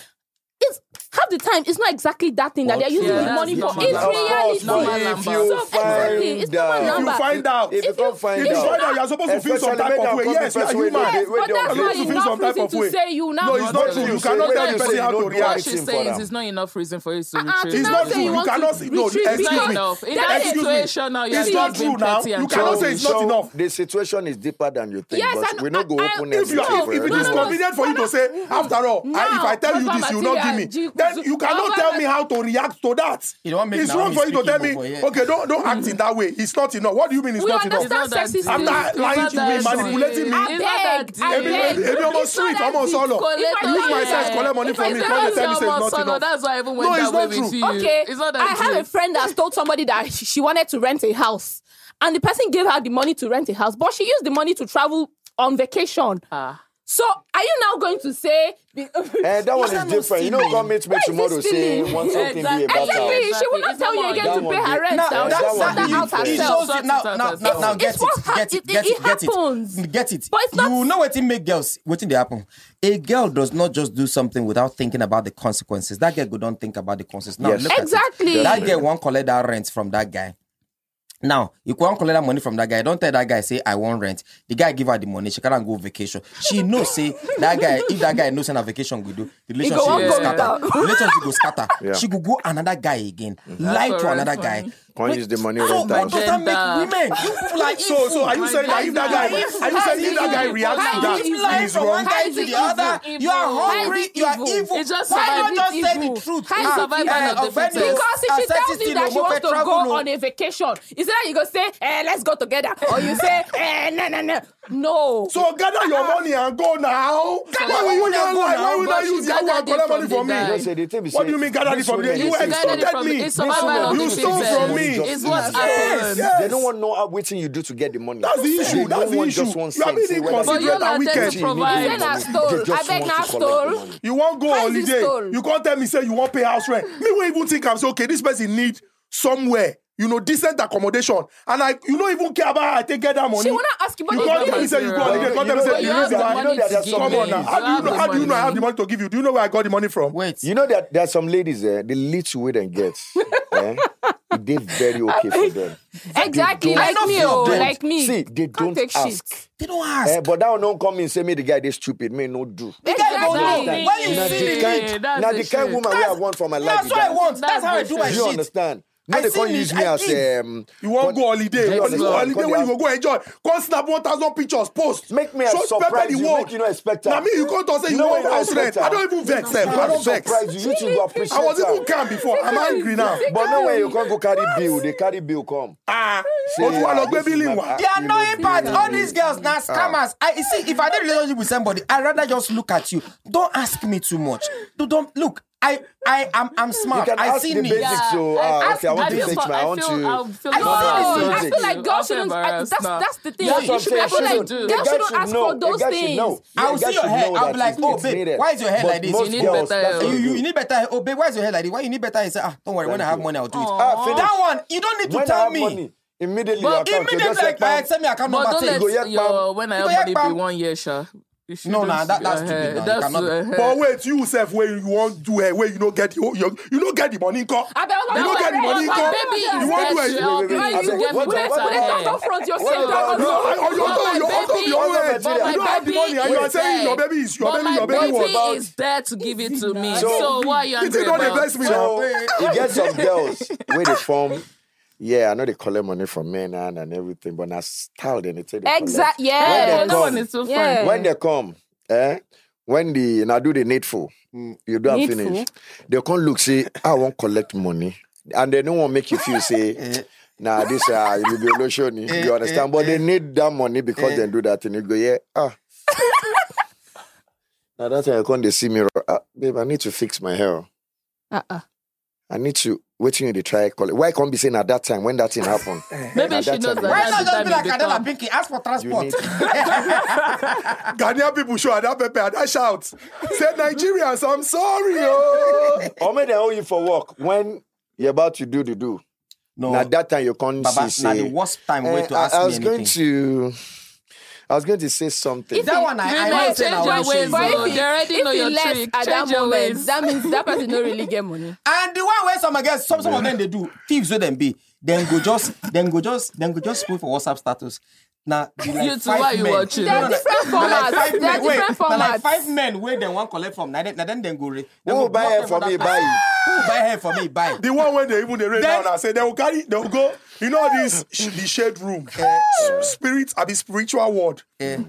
It's half the time. It's not exactly that thing that they're using yeah, the money for. that's It's normal. reality. if Of course, normal number. you So exactly, find it's normal If you number. find out, If you you- can't find if you out, find out, you are supposed to feel some especially type when of you way. come Yes, you are person wey human. dey- Yes, wey but dey that's obvious. not You feel enough some type reason of to way. say you now. No, it's not What true. you You say, cannot whether tell you a say person you how don't to do What react. anything she's for saying them. is not enough reason for you to Uh-uh, retreat. It's It's now not say true. you You want to cannot. No, retreat excuse not me. enough. In that Excuse me. situation now, you're It's not being true now. petty and You cannot childish. say it's not enough. The situation is deeper than you think, Yes, but and we no go I- I- open if if you everything are, for if it is No, no, no. everyone. convenient for you to say, after all, I, if I tell you Now, this, you will not give me, material, then you- you cannot you- tell me how to react to that. You don't make it's wrong Naomi for you to speaking tell me, over here. okay, don't don't act in that way. It's not enough. What do you mean it's We not enough? It's not understand that sexist. deep. I'm not It's lying to me, that deep. manipulating me. It's not Abeg, that deep. Ebi abeg. ebi- ebi almost It's not sweet, that almost deep. hollow. Collect Use all my the- sense, collect money If from it's me. not Come and tell me that say it's deep, not enough. That's why I even went No, it's that way not with true. you. Okay. It's not I that had deep. a friend that told somebody that sh- she wanted to rent a house. And the person gave her the money to rent a house, but she used the money to travel on vacation. Ah. So are you now going to say Eh, that one What's is that no different. You know, feeling? come meet me Why is tomorrow. this Say feeling? want something be Exactly. about Exactly. house. Exactly, she will It's not tell normal. you again That to one pay her did- rent. Now, now. that Just one sort did- that out it it herself. shows Sort you it now, out now, now, herself. now, It's- get it, it's what hap- get it, it- get it it, get happens. it, get it. But it's not- You know what it make girls, what they happen. A girl does not just do something without thinking about the consequences. That girl go don't think about the consequences. Now Yes. look at it. Exactly. That girl won't collect that rent from that guy. Now, you can't collect that money from that guy. Don't tell that guy, say, I want rent. The guy give her the money. She can't go vacation. She knows, say, that guy, if that guy knows on a vacation we do, the relationship go will on go scatter. without. relationship go scatter. Yeah. Mm-hmm. She could go another guy again. Lie That's to correct, another funny. guy. Can't use the money So rent why out. does that make Agenda. women? You people are So, so are you My saying that if that guy, God. are you saying if that guy How reacts to is that, he it is wrong? guy to the other? You are hungry, you are evil. It's just Why not survival just say evil. the truth? How is Ah, survival eh, of the offend fittest? you. Because if she Accept tells it you in that she homophobia, wants to travel, go no. on a vacation, is that you go say, eh, let's go together? Or you say, eh, no, no, no. No. So gather your money and go now. Why will you not lie? Why will you not use Gather Yahoo and it collect from money the from me? guy. You know, say the thing be What say, do you mean gather it this from there? woman You is You got it extorted from- me. It's survival woman- of You the stole fittest. from me. It's what Yes, happened. yes. They don't want to know how waiting you do to get the money. That's the issue. They That's don't the want issue. just one You are cent. being Say whether But inconsiderate. they- you're Considerate and not there wicked. to You need provide. money. I stole. They just I beg want now to collect the stole. money. You won't go Price is holiday. stole. You can't tell me say you won't pay house rent. Me won't even think I'm say okay. This person need somewhere. You know, decent accommodation, and I, you don't even care about how I take get that money. She will not ask you, but you you can't give tell me me say you go zero. holiday. You You can't tell me know say that- you you know lose that- your you know that money there's to some give Come on now. You How do you have know? the How do you know I money. have the money to give you? Do you know where I got the money from? Wait. You know that there are some ladies there, the little way they get, eh, they very okay for them. Exactly. They Like don't- me, they oh, don't- like me. See, they Can't don't take ask. shit. They don't Eh, ask. but that one don't come and say me the guy they stupid me no do. The guy don't know. Exactly. When you Now That's see the it. the kind, That's now the the shit. kind woman where I want for my life. that's be what I that. want. That's That's how I the do my shit. Do you shit. understand? Now I they see can't me, use me I as give. um. You wan con- go holiday. Do you When you go understand? holiday, Con- when you go, go enjoy. Come snap one thousand pictures, post. Make me a Show pepper surprise. the You world. make you no expect Na am. me, you come to say you No, want you no house rent. expect am. I don't even vex. sef. I I don't don't vex. surprise you. You two go appreciate I was am. even calm before. I'm angry now. But now when you can't go carry bill, they carry bill come. Ah, Say, but ah, I this love is baby my- lingua. They are You no know, impact. All these girls now scammers. I you see. If I did relationship with somebody, I would rather just look at you. Don't ask me too much. Don't, don't look. I I am I'm You smart. can I ask see the needs. basics. So ah, okay, I want I to feel fix for- my I I want feel- to. I'll feel I No, feel, no, no, I no. feel like I'll girls feel shouldn't. I, embarrassed that's now. that's the thing. That's what I'm I saying. feel like Shouldn't. The girls guy shouldn't should ask know. for The those guy should know. things. Yeah, I will guy see your should hair. know I'll that be like, it's- oh it's babe, needed. why is your hair But like this? most You need girls, better that's hair. what you, they you do. need better hair. Oh, babe, why is your hair like this? Why you need better hair? You Say, ah, don't worry. When I have you. money, I'll do it. Ah, finish. That one, you don't need to when I tell have me. money, immediately your account, But you Immediately, just like, say, I send me account But number. tell you. don't go let yak your palm. when You go I yak have money palm. be one year, sha. You No, shouldn't- nah, that- that's uh-huh. stupid now. You That's cannot- uh-huh. But wait, you sef wey you wan do eh, wey you no get the whole- you you no get the money nko. You beg, I no beg, get the I money beg, nko. I beg, You wan do it. I'll Wait, wait, wait. pay I you, said, get what me the- better what the- hair. Don't confront yourself. Well, Don't No, well, I- confront- I- you don't- But my you don't baby- be all but right. my You don't have the baby money and you are is saying your there. baby is your But baby my your baby was. baby about- is there to give it to me. So- So why are you You angry don't about? invest me now. So you get some girls where they form yeah, I know they collect money from men and, and everything, but now style then they take the Exactly. Where Yeah. they that come. one is so Yeah. fun. When they come, eh? When the now do the needful, you do not Mm. Needful? finish. They come look say, I won't collect money, and they don't want make you feel Eh. say. Nah, this uh, you be Oloshoni, you understand? But they need that money Eh. because they do that, and you go, yeah, ah. now that's why I come they see me, ah, babe, I need to fix my hair. Uh-uh. I need to wait you the try call it. Why can't be saying at that time when that thing happened? Eh. Maybe At she that knows time, that. Why Why not that's just the be like time Adela you Binky? Ask for You transport. need Ghanaian people show that pepper and dash out. Say Nigerians, I'm sorry. Oh. or may they owe you for work when you're about to do the do. No, Now that time you can't Baba, see, na say, the worst time "Eh, way to I, ask I me was going anything." to, I was going to say something. that one I, I Remember, don't say change now. your And ways, oh. the They already know your trick. at Change that your moment, ways. that means that person don't really get money. one way some against some some of them they do thieves with them be then go just then go just then go just put for WhatsApp status. Now be like You too, five why you men. watching? No, no, no. There are different Na like formats. five There are men- wait, different na like formats. five men where they want collect from. Now then, na then they go. re- they Who go will buy block hair for them me? that person. Buy. Who will buy hair for me? Buy. The one when they even they rain Then- down and say they will carry, they will go. You know this sh- the shade room, Eh. S- spirit, I be spiritual word.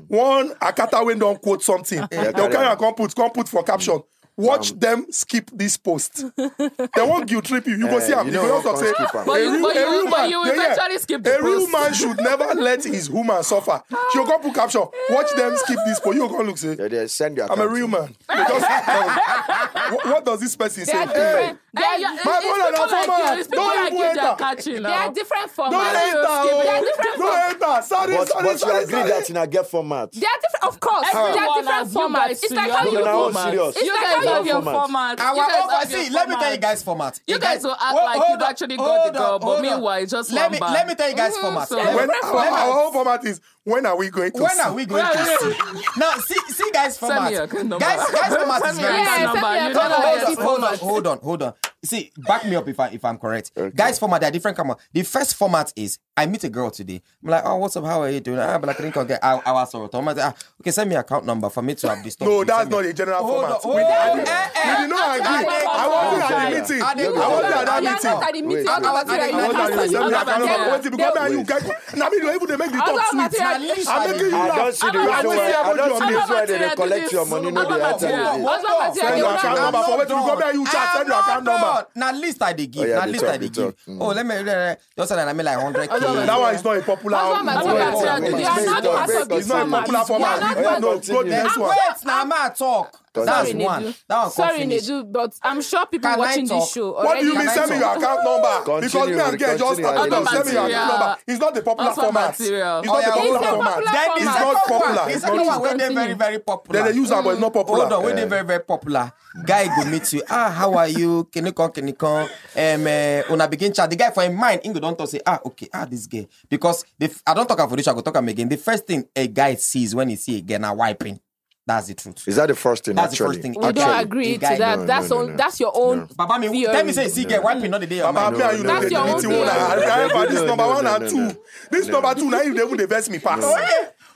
One Akata when don't quote something, they'll Eh, carry carry on. and come put, come put for Mm. caption. Um, Watch them skip this post. they won't guilt trip you. You go Eh, see, I'm you you know go what just comes say, keep am. But a you- real- but a you- real but man- you yeah, yeah. eventually skip the A real post. man should never let his woman suffer. She'll go put caption. Watch them skip this post. You go look say. They- they send your I'm a account real to me. man. They just- what, what does this person They say? are Hey, different. They are, Yeah, it's- My it's brother, people that's like you. woman. It's people Don't like even you enter. that are catching they are now. different don't formats. enter. Oh. different Don't enter. Sorry, But, sorry, but you sorry. agree that in a get format. They are different. Of course, Everyone they are different has you formats. guys It's too. like You how have you your No, no, look. I'm serious. It's You like guys how you have your look. format. Our You guys offer, have your see, let me tell you format. guys format. You A guys will act Ho- like you've hold on, actually got the hold girl, on, but hold on. meanwhile, it's just let me lambang. let me tell you guys Mhm, format. so- Let me- When, let our, me- our whole format is when are we going to when see? are we going to see? now see see guys Send me your format. number. Guys guys format is Send me your very Yeah, simple. number. send me You your don't number. know hold, your on, Yes, hold on, format. hold on, hold on. See, back me up if I if I'm correct. Guys, format, there are different come The first format is I meet a girl today. I'm like, oh, what's up? How are you doing? I'm like, I think I'll get our our sort. I'm like, ah, okay, send me your account number for me to have this. talk No, with you. that's Send me- not a general Hold format. on, we did hold on, agree. eh, eh. we did not agree. I wasn't at the meeting. I didn't I You are wasn't at that eh, not at meeting. the meeting. Wait, You are not wait. I I wasn't at at the meeting. the meeting. Send me account Yeah. number. Wait, because me and you guys, now me, you even they make the Other talk sweet. material- Now, listen, I'm making you I laugh. don't see the reason I don't see why. I everybody don't on see the this. reason why they Other dey collect your money. No, material they do enter like this. Other this. Send your I'm account not number. For where to go, me and you chat, send your account number. Ah, Now list I they give. Oh, yeah, Now they list talk, I they they talk. give. Oh, let me just say that I made like hundred k. That one is not a popular. Other material It's do this. You are not part of this not a format. popular You are format. not Yeah, part No, of. go to the continue. next one. Wait, now I'm at talk. That's Sorry, one. Nedu. That one come Sorry, finish. Nedu, but I'm sure people Can I watching talk? this show already. What do you mean? Can I Send me your talk? account number. Because Continue, me and girl just continue, started up. Adele. Send me your account Material. number. It's not the popular Also format. It's material. not the Oh, yeah, popular it's a format. popular Then it's It's format. not popular. It's It's not not. one where they're very, very popular. Then they use that, but it's not popular. Eh. Hold on, when they're very, very popular, guy go meet you. Ah, how are you? Can you come? Can you come? Um, uh, when I begin chat, the guy for him mind, Ingo don't talk, say, ah, okay, ah, this guy. Because the, f- I don't talk about this, I go talk him again. The first thing a guy sees when he see a girl now wiping, that's the truth. Is that the first thing? That's the actually? first thing. We don't Actually, agree the to guy- that. No, that's no, on, no. that's your own. Baba, me, theory. tell me, say, see, girl, wiping, not the day of Baba, mine. me and you know That's the your own meeting thing. one. I remember this No, number no, one no, and no, no. two. This number two, now if they would reverse me pass.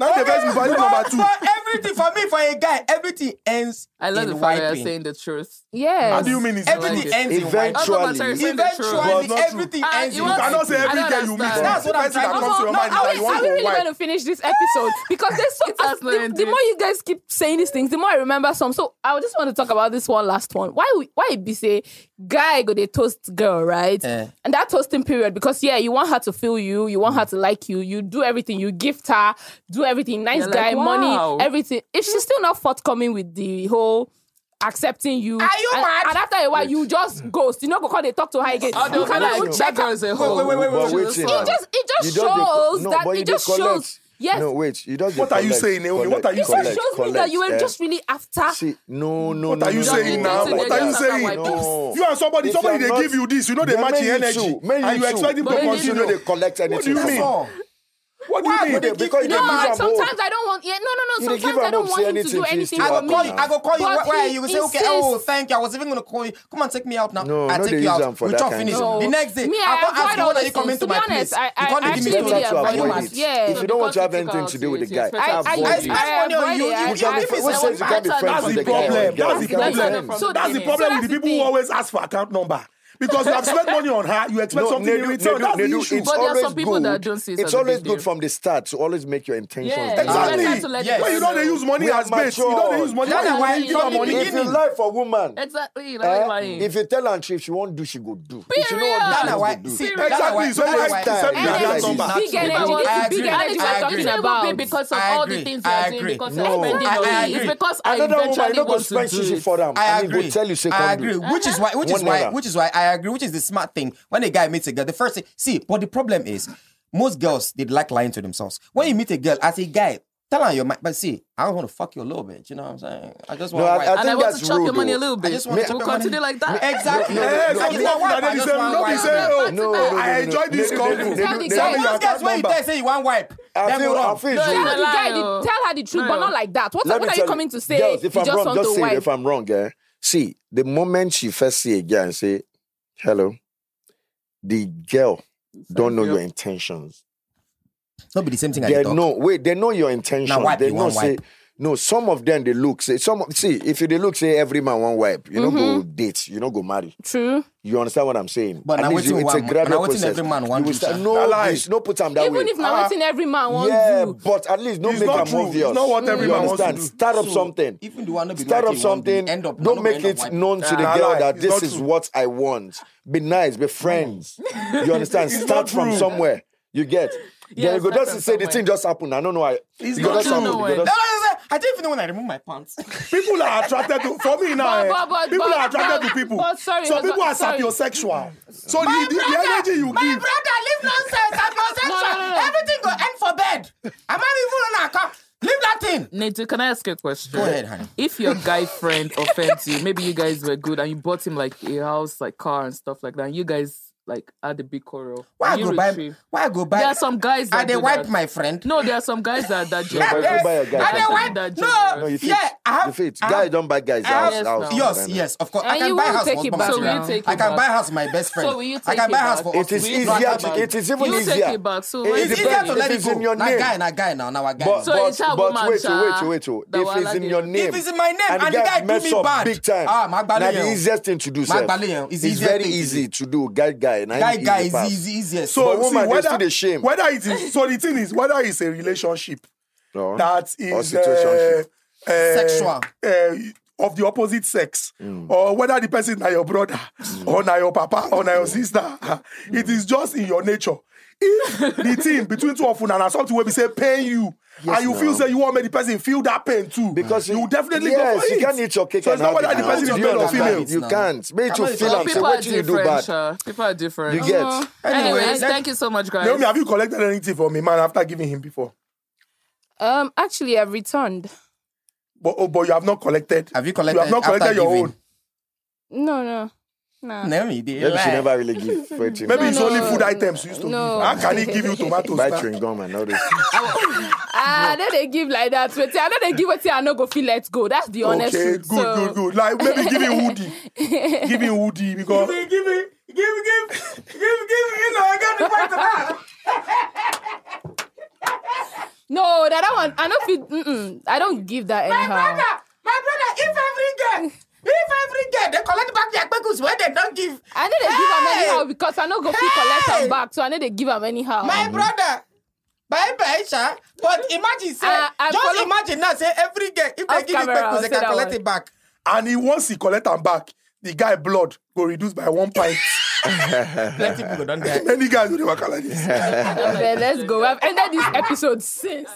Now if they verse me pass, this number But two. For everything, for me, for a guy, everything ends I love the in fact that wiping. you're saying the truth. How Yes. do you mean it's Every- everything like it. ends in wiping. Eventually. Also, Matari, say the Well, truth. Eventually, not true. everything Ah, ends you in You want- wiping. cannot say I every don't day you meet understand. That's the what I'm person that trying to- comes to your No, mind is no, Are that we, you are we want to really going wipe. to finish this episode? Because there's so has no the, end the date. more you guys keep saying these things, the more I remember some. So I just want to talk about this one last one. Why we- why it be say guy go they toast girl right? Eh. And that toasting period because yeah, you want her to feel you, you Mm. want her to like you, you do everything, you gift her, do everything, nice You're guy, like, wow. money, everything. If she's still not forthcoming with the whole. Accepting you, Are you and, mad? and after a while, you just ghost. You know, go call they talk to her again. Although, you cannot like, even that check girl her. is a Wait, hoe. wait, wait, wait, wait, But wait. wait, She till now. was fun. It just it You just don't dey- shows no, that but you it dey just collect. shows. Yes, No, wait. You don't. What dey are you collect, saying, Naomi? What collect, are you it saying? just collect, shows me collect, that you were eh? just really after. See, no, no. What are you no, saying no, now? no, What are you no. saying? No. You and somebody, If somebody you're they not- give you this, you know they Yeah, match men your you energy. too. Men And you too. expect him to But men you You know continue. they collect anything. do you from mean? us. Oh, What do Why you would mean? they Yeah, give because you they No, give like am hope. sometimes I don't want. Yeah, no, no, You no. dey give Sometimes I am don't hope, want say him to anything, do please, anything you I are for go me. But call you. I go call you. But Where, where are he you? You say, okay, oh, insists. thank you. I was even gonna call you. Come and take me out now. No, I no, take they you use out. am for we that chop kind finish. thing. The next day, Me, I I come ask avoid you all when are those you coming things. to To be my honest, place. I, you I can't dey give me actually story. Don't try Why you really to avoid avoid mad? it. it. Yeah. If you don't want to have Because you took anything out to do with the it, you guy, expect avoid I, I spend money it. on you. avoid it. I- You can't be I- I- friends. You can't be That's friends the with the guy. problem. You can't That's be the problem. That's the friends. From beginning. problem So with that's the the people who thing. always ask for account number. Because you have spent money on her, you expect something in Nedu- return. Nedu- That's Nedu, the issue. it's But there are always some people good. that don't see it It's as a big always good deal. from the start to always make your intentions. Yeah, known. it's Exactly. better to let Yes. them But you don't they know. use money We are as bait. You don't they use money. Why matured. That's why you you give her don't money? begin If you beginning. lie for woman, Exactly. You know, eh, lying. if you tell her and she- if she won't do, she go do. If she Period. want That's do, not she why. go do. See, Exactly. that's not why. So that's why- why- send me that that's number. why- Big that's energy. why- It's I big agree. energy And we're it's not talking even about. be because of I all agree. the things I you're doing agree. because No. you're spending I- I on it. agree. It's because I Another woman, you eventually don't go want to spend do shishi it. for them. I And he agree. go tell you say, I come do. agree. Which is why, which is One why, naira. which is why I agree. Which is the smart thing when a guy meets a girl. The first thing, see, but the problem is, most girls they like lying to themselves. When you meet a girl as a guy, tell her your mind. But see, I want to fuck you a little bit. You know what I'm saying? I just want. No, to I- wipe. I And I think want to that's chop your rude, money a though. little I bit. just want to We'll chop your continue money. like that. Exactly. No, no, Eh, some no, no, people no, that they no, say, no, no, they no, say, no, oh, no, no, no, I no, enjoyed no, this no, no, no, convo. no, Tell no, me no, your no, no, Most account guys when you number. tell say you want wipe, I then feel, I run. feel it's rude. No, no, Tell the Allow guy, you. the, tell her the truth, No. but not like that. What, Let me what are you tell coming to say? Girls, if you I'm just wrong, want just to say it. wipe. If I'm wrong, eh? see, the moment you first see a girl and say, hello, the girl don't know you. your intentions. not be the same thing. I They did talk. know, wait, they know your intention. Now wipe, they you know want say, wipe. no, some of them they look, say, some, of- see, if you they look, say, every man one wipe, you don't go Mm-hmm. date, you don't go marry. True. You understand what I'm saying? But At now least wetin you, it's a one- now gradual wetin process. every man You wan will do, start- sir? That no, lie. this, no put them that way. Even if now Ah. waiting every man wants yeah, you. but at least don't It's make not them true. obvious. It's not what You every man wants to do. understand? Start up So, something. Even the one not be Start like up you want, they something. End up. don't no, make end up it wiping. known to the Nah, girl lie. that It's this not is true. what I want. Be nice. Be friends. You understand? It's Start not from true. somewhere. You get. Yeah, then you go start just from say the somewhere. thing just happened. I don't know why. It's You go not just true. happen. You go That's what just- I said. I didn't even know when I remove my pants. People are attracted to. For me now, eh, But- but- but- people are but- attracted but- to people. but sorry, Some but- people are sorry. sapiosexual. So the, the, the energy you give. brother, leave nonsense. I'm consensual. no, no, no. Everything go end for bed. I'm not even on account. Leave that thing. Nate, can I ask you a question? Go ahead, honey. If your guy friend offends you, maybe you guys were good and you bought him like a house, like car and stuff like that, and you guys like had a big quarrel. Why I and you go buy? retrieve- Why I go buy? There are some guys that I they do wipe that. my friend. No, there are some guys that that No, but you generous. buy a guy I something. they wipe. That No, generous. No, you fit. yeah, I have. you fit. I Guy have- don't buy guys. I have- house, house, Yes, man. yes, of course. I And can you buy won't house take once it by back. So will you myself. take I it can back? buy house with my best friend. So will you I take can it buy house back? for It is We easier. back To, back. it is even You easier. take it back, so why- it It It's easier depends to if let it it's go. in your Now name. guy, now guy, now now a guy. But, So but, it's how but woman wait, sha- oh, wait, oh, wait, that wait. If wahala it's in dey. your name, If it's in my name and the guy do mess me up bad, big time. ah, my Now balance. the easiest thing to do, My sir. balance is it's easier very thing to easy to do. Guy, guy, now Guy, easy guy pass. is easy, easiest. So But woman, see, they whether, still dey shame. whether it is so the thing is whether it's a relationship No. that Or is situationship. uh, uh, Sexual. uh, of the opposite sex, Mm. or whether the person is your brother, or na your papa, or na your sister, Mm. it is just in your nature. If the thing between two of una na something wey be say pain you, and you feel say you wan make the person feel that pain too, Because you, you- definitely yes, go for you it. can't eat your cake So and it's not have whether it the now. person is You male or understand female. it. You now. can't. Make you it's feel not- and say, people are what you do different. bad? sha. People are different. You get. Uh-huh. Anyway, Anyways, let- thank you so much, guys. Naomi, have you collected anything for me, man, after giving him before? Um, actually, I've returned. But, oh, but you have not collected. Have you collected? You have not after collected your giving? own. No, no. Nah. Naomi, they Maybe she lie. never really give. Maybe Maybe it's no, only food no, items you used to no. give. How can he give you tomatoes? Buy now? chewing gum and all this. Ah, I know they give like that. But I know they give what I know go feel let go. That's the honest Okay, good, truth. So- good, good. Like maybe give him woody. give him woody because Give, give, give, give, give, give, give, you know, I got the back to that. No, that one I don't feel. Mm-mm, I don't give that my anyhow. brother, if every girl, if every girl, they collect back their bagels when they don't give. I know they give Hey! them anyhow because I know go feel collect Hey! them back. So I know they give them anyhow. My brother, bye bye, sha. But imagine, say, Uh, I just follow- imagine now, say, every girl, if they Off give it camera, I'll bagels, they say can that collect one. it back. and he once he collect am back, the guy blood go reduce by one pint. Plenty people don't get Many guys do dey waka like this. Okay, let's go. I've ended this episode since.